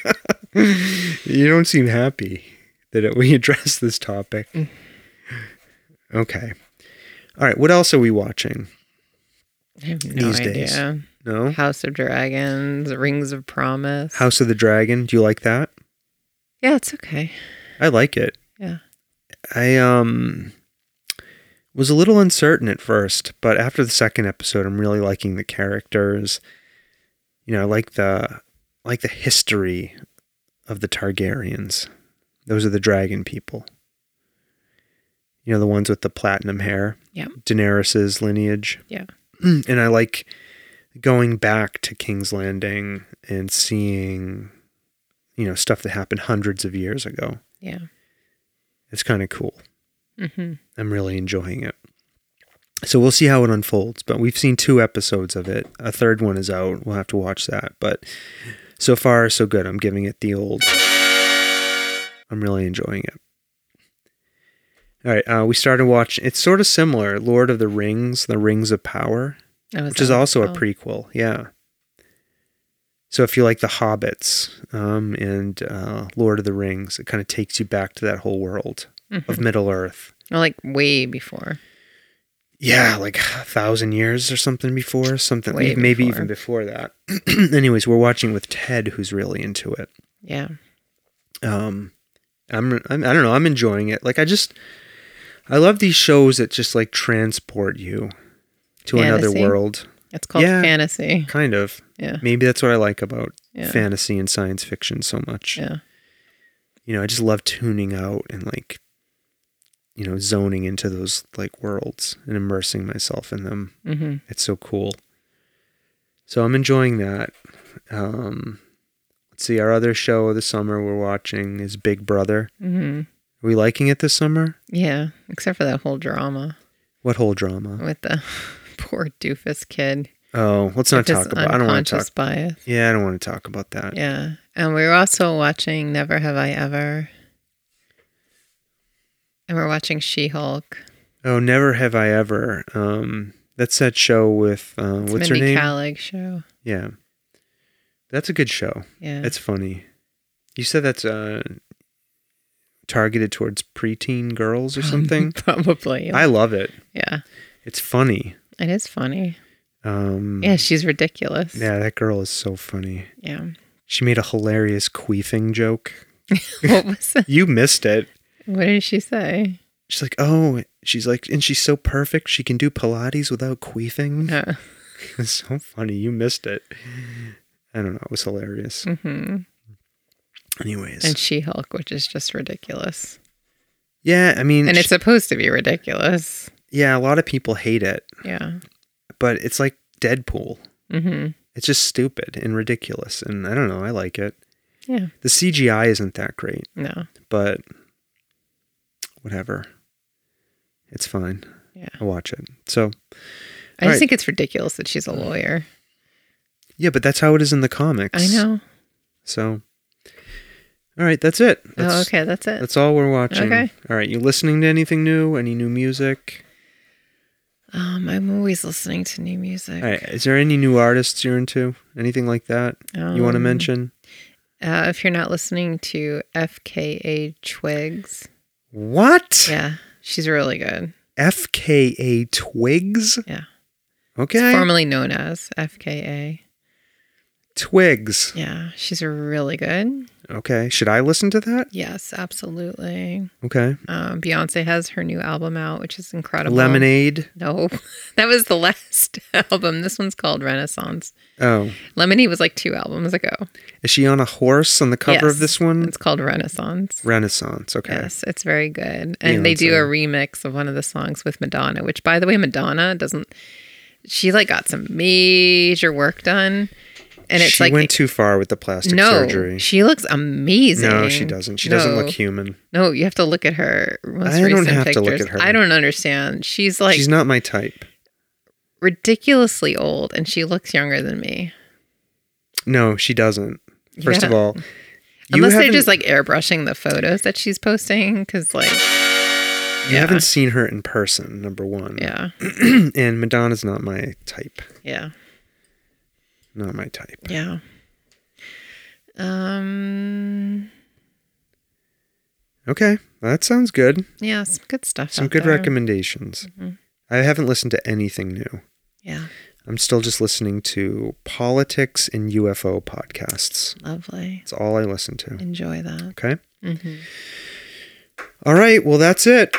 S1: you don't seem happy that it, we addressed this topic. Okay. All right. What else are we watching?
S2: I have no
S1: These days.
S2: idea.
S1: No?
S2: House of Dragons, Rings of Promise.
S1: House of the Dragon. Do you like that?
S2: Yeah, it's okay.
S1: I like it.
S2: Yeah.
S1: I um was a little uncertain at first, but after the second episode, I'm really liking the characters. You know, I like the I like the history of the Targaryens. Those are the dragon people. You know, the ones with the platinum hair.
S2: Yeah.
S1: Daenerys's lineage.
S2: Yeah.
S1: And I like going back to King's Landing and seeing, you know, stuff that happened hundreds of years ago.
S2: Yeah.
S1: It's kind of cool.
S2: Mm-hmm.
S1: I'm really enjoying it. So we'll see how it unfolds, but we've seen two episodes of it. A third one is out. We'll have to watch that. But so far, so good. I'm giving it the old. I'm really enjoying it. All right, uh, we started watching. It's sort of similar, Lord of the Rings, The Rings of Power,
S2: That was
S1: which is
S2: all-
S1: also a
S2: oh,
S1: prequel. Yeah. So if you like The Hobbits um, and uh, Lord of the Rings, it kind of takes you back to that whole world of
S2: Mm-hmm.
S1: Middle Earth.
S2: well, like way before.
S1: yeah, like a thousand years or something before, something
S2: Way
S1: maybe
S2: before.
S1: even before that. Anyways, we're watching with Ted, who's really into it.
S2: Yeah.
S1: um I'm, I'm i am i do not know i'm enjoying it like i just i love these shows that just like transport you to another
S2: Fantasy.
S1: world
S2: It's called
S1: Yeah.
S2: fantasy.
S1: kind of
S2: Yeah.
S1: maybe that's what i like about
S2: Yeah.
S1: fantasy and science fiction so much
S2: Yeah.
S1: you know i just love tuning out and like you know zoning into those like worlds and immersing myself in them
S2: Mm-hmm.
S1: it's so cool. So I'm enjoying that. Um, let's see, our other show of the summer we're watching is Big Brother.
S2: Mm-hmm.
S1: Are we liking it this summer?
S2: Yeah. Except for that whole drama
S1: What whole drama?
S2: with the poor doofus kid.
S1: Oh, let's not
S2: with his
S1: talk about. I don't want to
S2: unconscious
S1: talk.
S2: bias.
S1: Yeah, I don't want to talk about that.
S2: Yeah. And we were also watching Never Have I Ever. And we're watching She Hulk.
S1: Oh, never have I ever. Um, that's that show with uh,
S2: It's
S1: what's
S2: Mindy
S1: her name?
S2: Kaling show.
S1: yeah, that's a good show.
S2: Yeah.
S1: That's funny. You said that's uh, targeted towards preteen girls or something.
S2: Probably.
S1: I love it.
S2: yeah.
S1: It's funny.
S2: It is funny.
S1: Um,
S2: Yeah, she's ridiculous.
S1: yeah, that girl is so funny.
S2: Yeah.
S1: She made a hilarious queefing joke.
S2: what was it?
S1: You missed it.
S2: What did she say?
S1: She's like, oh, she's like, and she's so perfect. She can do Pilates without queefing.
S2: Uh,
S1: It's so funny. You missed it. I don't know. It was hilarious.
S2: hmm
S1: Anyways.
S2: And She Hulk, which is just ridiculous.
S1: yeah, I mean,
S2: And
S1: sh-
S2: it's supposed to be ridiculous.
S1: yeah, a lot of people hate it,
S2: Yeah.
S1: but it's like Deadpool.
S2: hmm
S1: It's just stupid and ridiculous. And I don't know. I like it.
S2: Yeah.
S1: The CGI isn't that great.
S2: No.
S1: but whatever. It's fine.
S2: Yeah.
S1: I watch it. So
S2: I just
S1: Right.
S2: think it's ridiculous that she's a lawyer.
S1: yeah, but that's how it is in the comics.
S2: I know.
S1: So all right, that's it. That's,
S2: oh, okay. That's it.
S1: That's all we're watching.
S2: Okay.
S1: All right, you listening to anything new? Any new music?
S2: Um, I'm always listening to new music.
S1: All right, is there any new artists you're into? Anything like that you want to
S2: Um,
S1: mention?
S2: Uh, if you're not listening to FKA Twigs,
S1: What?
S2: yeah, she's really good.
S1: FKA Twigs?
S2: Yeah.
S1: Okay.
S2: Formerly known as FKA.
S1: Twigs.
S2: Yeah, she's really good.
S1: Okay. Should I listen to that?
S2: Yes, absolutely.
S1: Okay.
S2: Um, Beyonce has her new album out, which is incredible.
S1: Lemonade.
S2: No, that was the last album. This one's called Renaissance.
S1: Oh.
S2: Lemonade was like two albums ago.
S1: Is she on a horse on the cover of
S2: Yes.
S1: this one?
S2: It's called Renaissance.
S1: Renaissance. Mm. Okay.
S2: Yes, it's very good. And they do a remix of one of the songs with Madonna, which by the way, Madonna doesn't she like got some major work done. And it's
S1: she
S2: like
S1: went too far with the plastic
S2: no,
S1: surgery.
S2: she looks amazing.
S1: No, she doesn't. She doesn't
S2: No.
S1: look human.
S2: No, you have to look at her. Most
S1: I don't
S2: recent
S1: have to
S2: pictures.
S1: look at her.
S2: I don't understand. She's like
S1: She's not my type.
S2: ridiculously old, and she looks younger than me.
S1: No, she doesn't. First of
S2: Yeah.
S1: all, you
S2: Unless they're
S1: haven't-
S2: just like airbrushing the photos that she's posting, because like
S1: you
S2: yeah.
S1: haven't seen her in person. Number one.
S2: yeah,
S1: and Madonna's not my type.
S2: yeah.
S1: Not my type.
S2: Yeah. Um.
S1: Okay, well, that sounds good.
S2: Yeah, some good stuff.
S1: Some
S2: out
S1: good
S2: there. Mm-hmm.
S1: recommendations. I haven't listened to anything new.
S2: Yeah,
S1: I'm still just listening to politics and UFO podcasts.
S2: lovely.
S1: That's all I listen to.
S2: Enjoy that.
S1: Okay.
S2: Mm-hmm.
S1: All right. Well, that's it.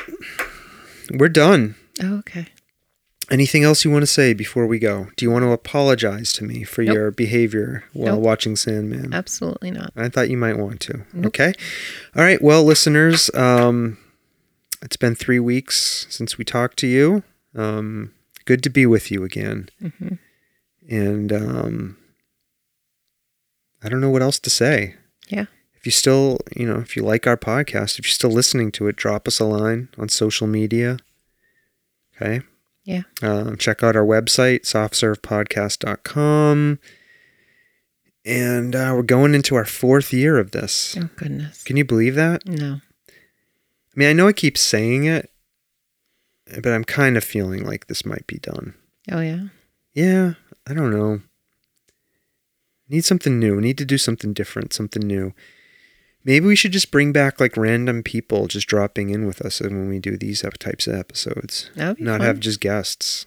S1: We're done.
S2: Oh, okay.
S1: Anything else you want to say before we go? Do you want to apologize to me for
S2: Nope.
S1: your behavior while
S2: Nope.
S1: watching Sandman?
S2: Absolutely not.
S1: I thought you might want to. Okay. All right. Well, listeners, um, it's been three weeks since we talked to you. Um, good to be with you again.
S2: Mm-hmm.
S1: And um, I don't know what else to say.
S2: Yeah.
S1: If you still, you know, if you like our podcast, if you're still listening to it, drop us a line on social media. Okay.
S2: Yeah.
S1: Um, check out our website, softservepodcast.com. And uh, we're going into our fourth year of this.
S2: Oh goodness.
S1: Can you believe that?
S2: No.
S1: I mean, I know I keep saying it, but I'm kind of feeling like this might be done.
S2: Oh yeah.
S1: Yeah, I don't know. Need something new. Need to do something different, something new. Maybe we should just bring back like random people just dropping in with us when we do these ep- types of episodes.
S2: That would be
S1: Not
S2: fun.
S1: have just guests.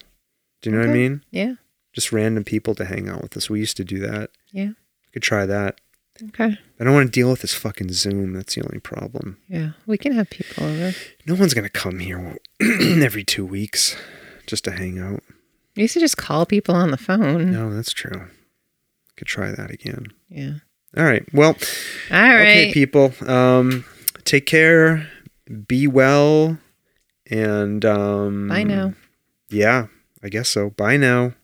S1: Do you know what I
S2: Okay.
S1: mean?
S2: Yeah.
S1: Just random people to hang out with us. We used to do that.
S2: Yeah.
S1: We could try that.
S2: Okay.
S1: I don't want to deal with this fucking Zoom. That's the only problem.
S2: Yeah. We can have people over.
S1: No one's gonna come here every two weeks just to hang out.
S2: You used to just call people on the phone.
S1: No, that's true. Could try that again.
S2: Yeah.
S1: All right. Well,
S2: All right.
S1: okay, people. Um, take care. Be well. And um,
S2: Bye now.
S1: Yeah, I guess so. Bye now.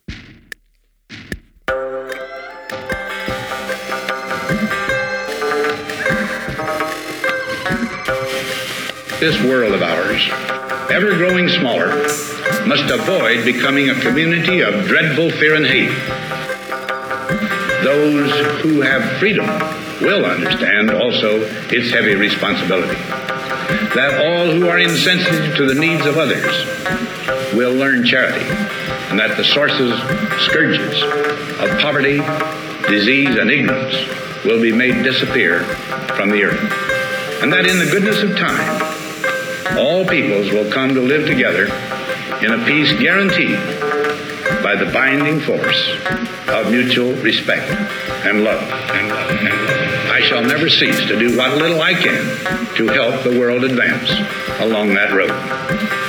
S4: This world of ours, ever growing smaller, must avoid becoming a community of dreadful fear and hate. Those who have freedom will understand also its heavy responsibility. That all who are insensitive to the needs of others will learn charity, and that the sources, scourges of poverty, disease, and ignorance will be made disappear from the earth, and that in the goodness of time, all peoples will come to live together in a peace guaranteed by the binding force of mutual respect and love. And love, and love. I shall never cease to do what little I can to help the world advance along that road.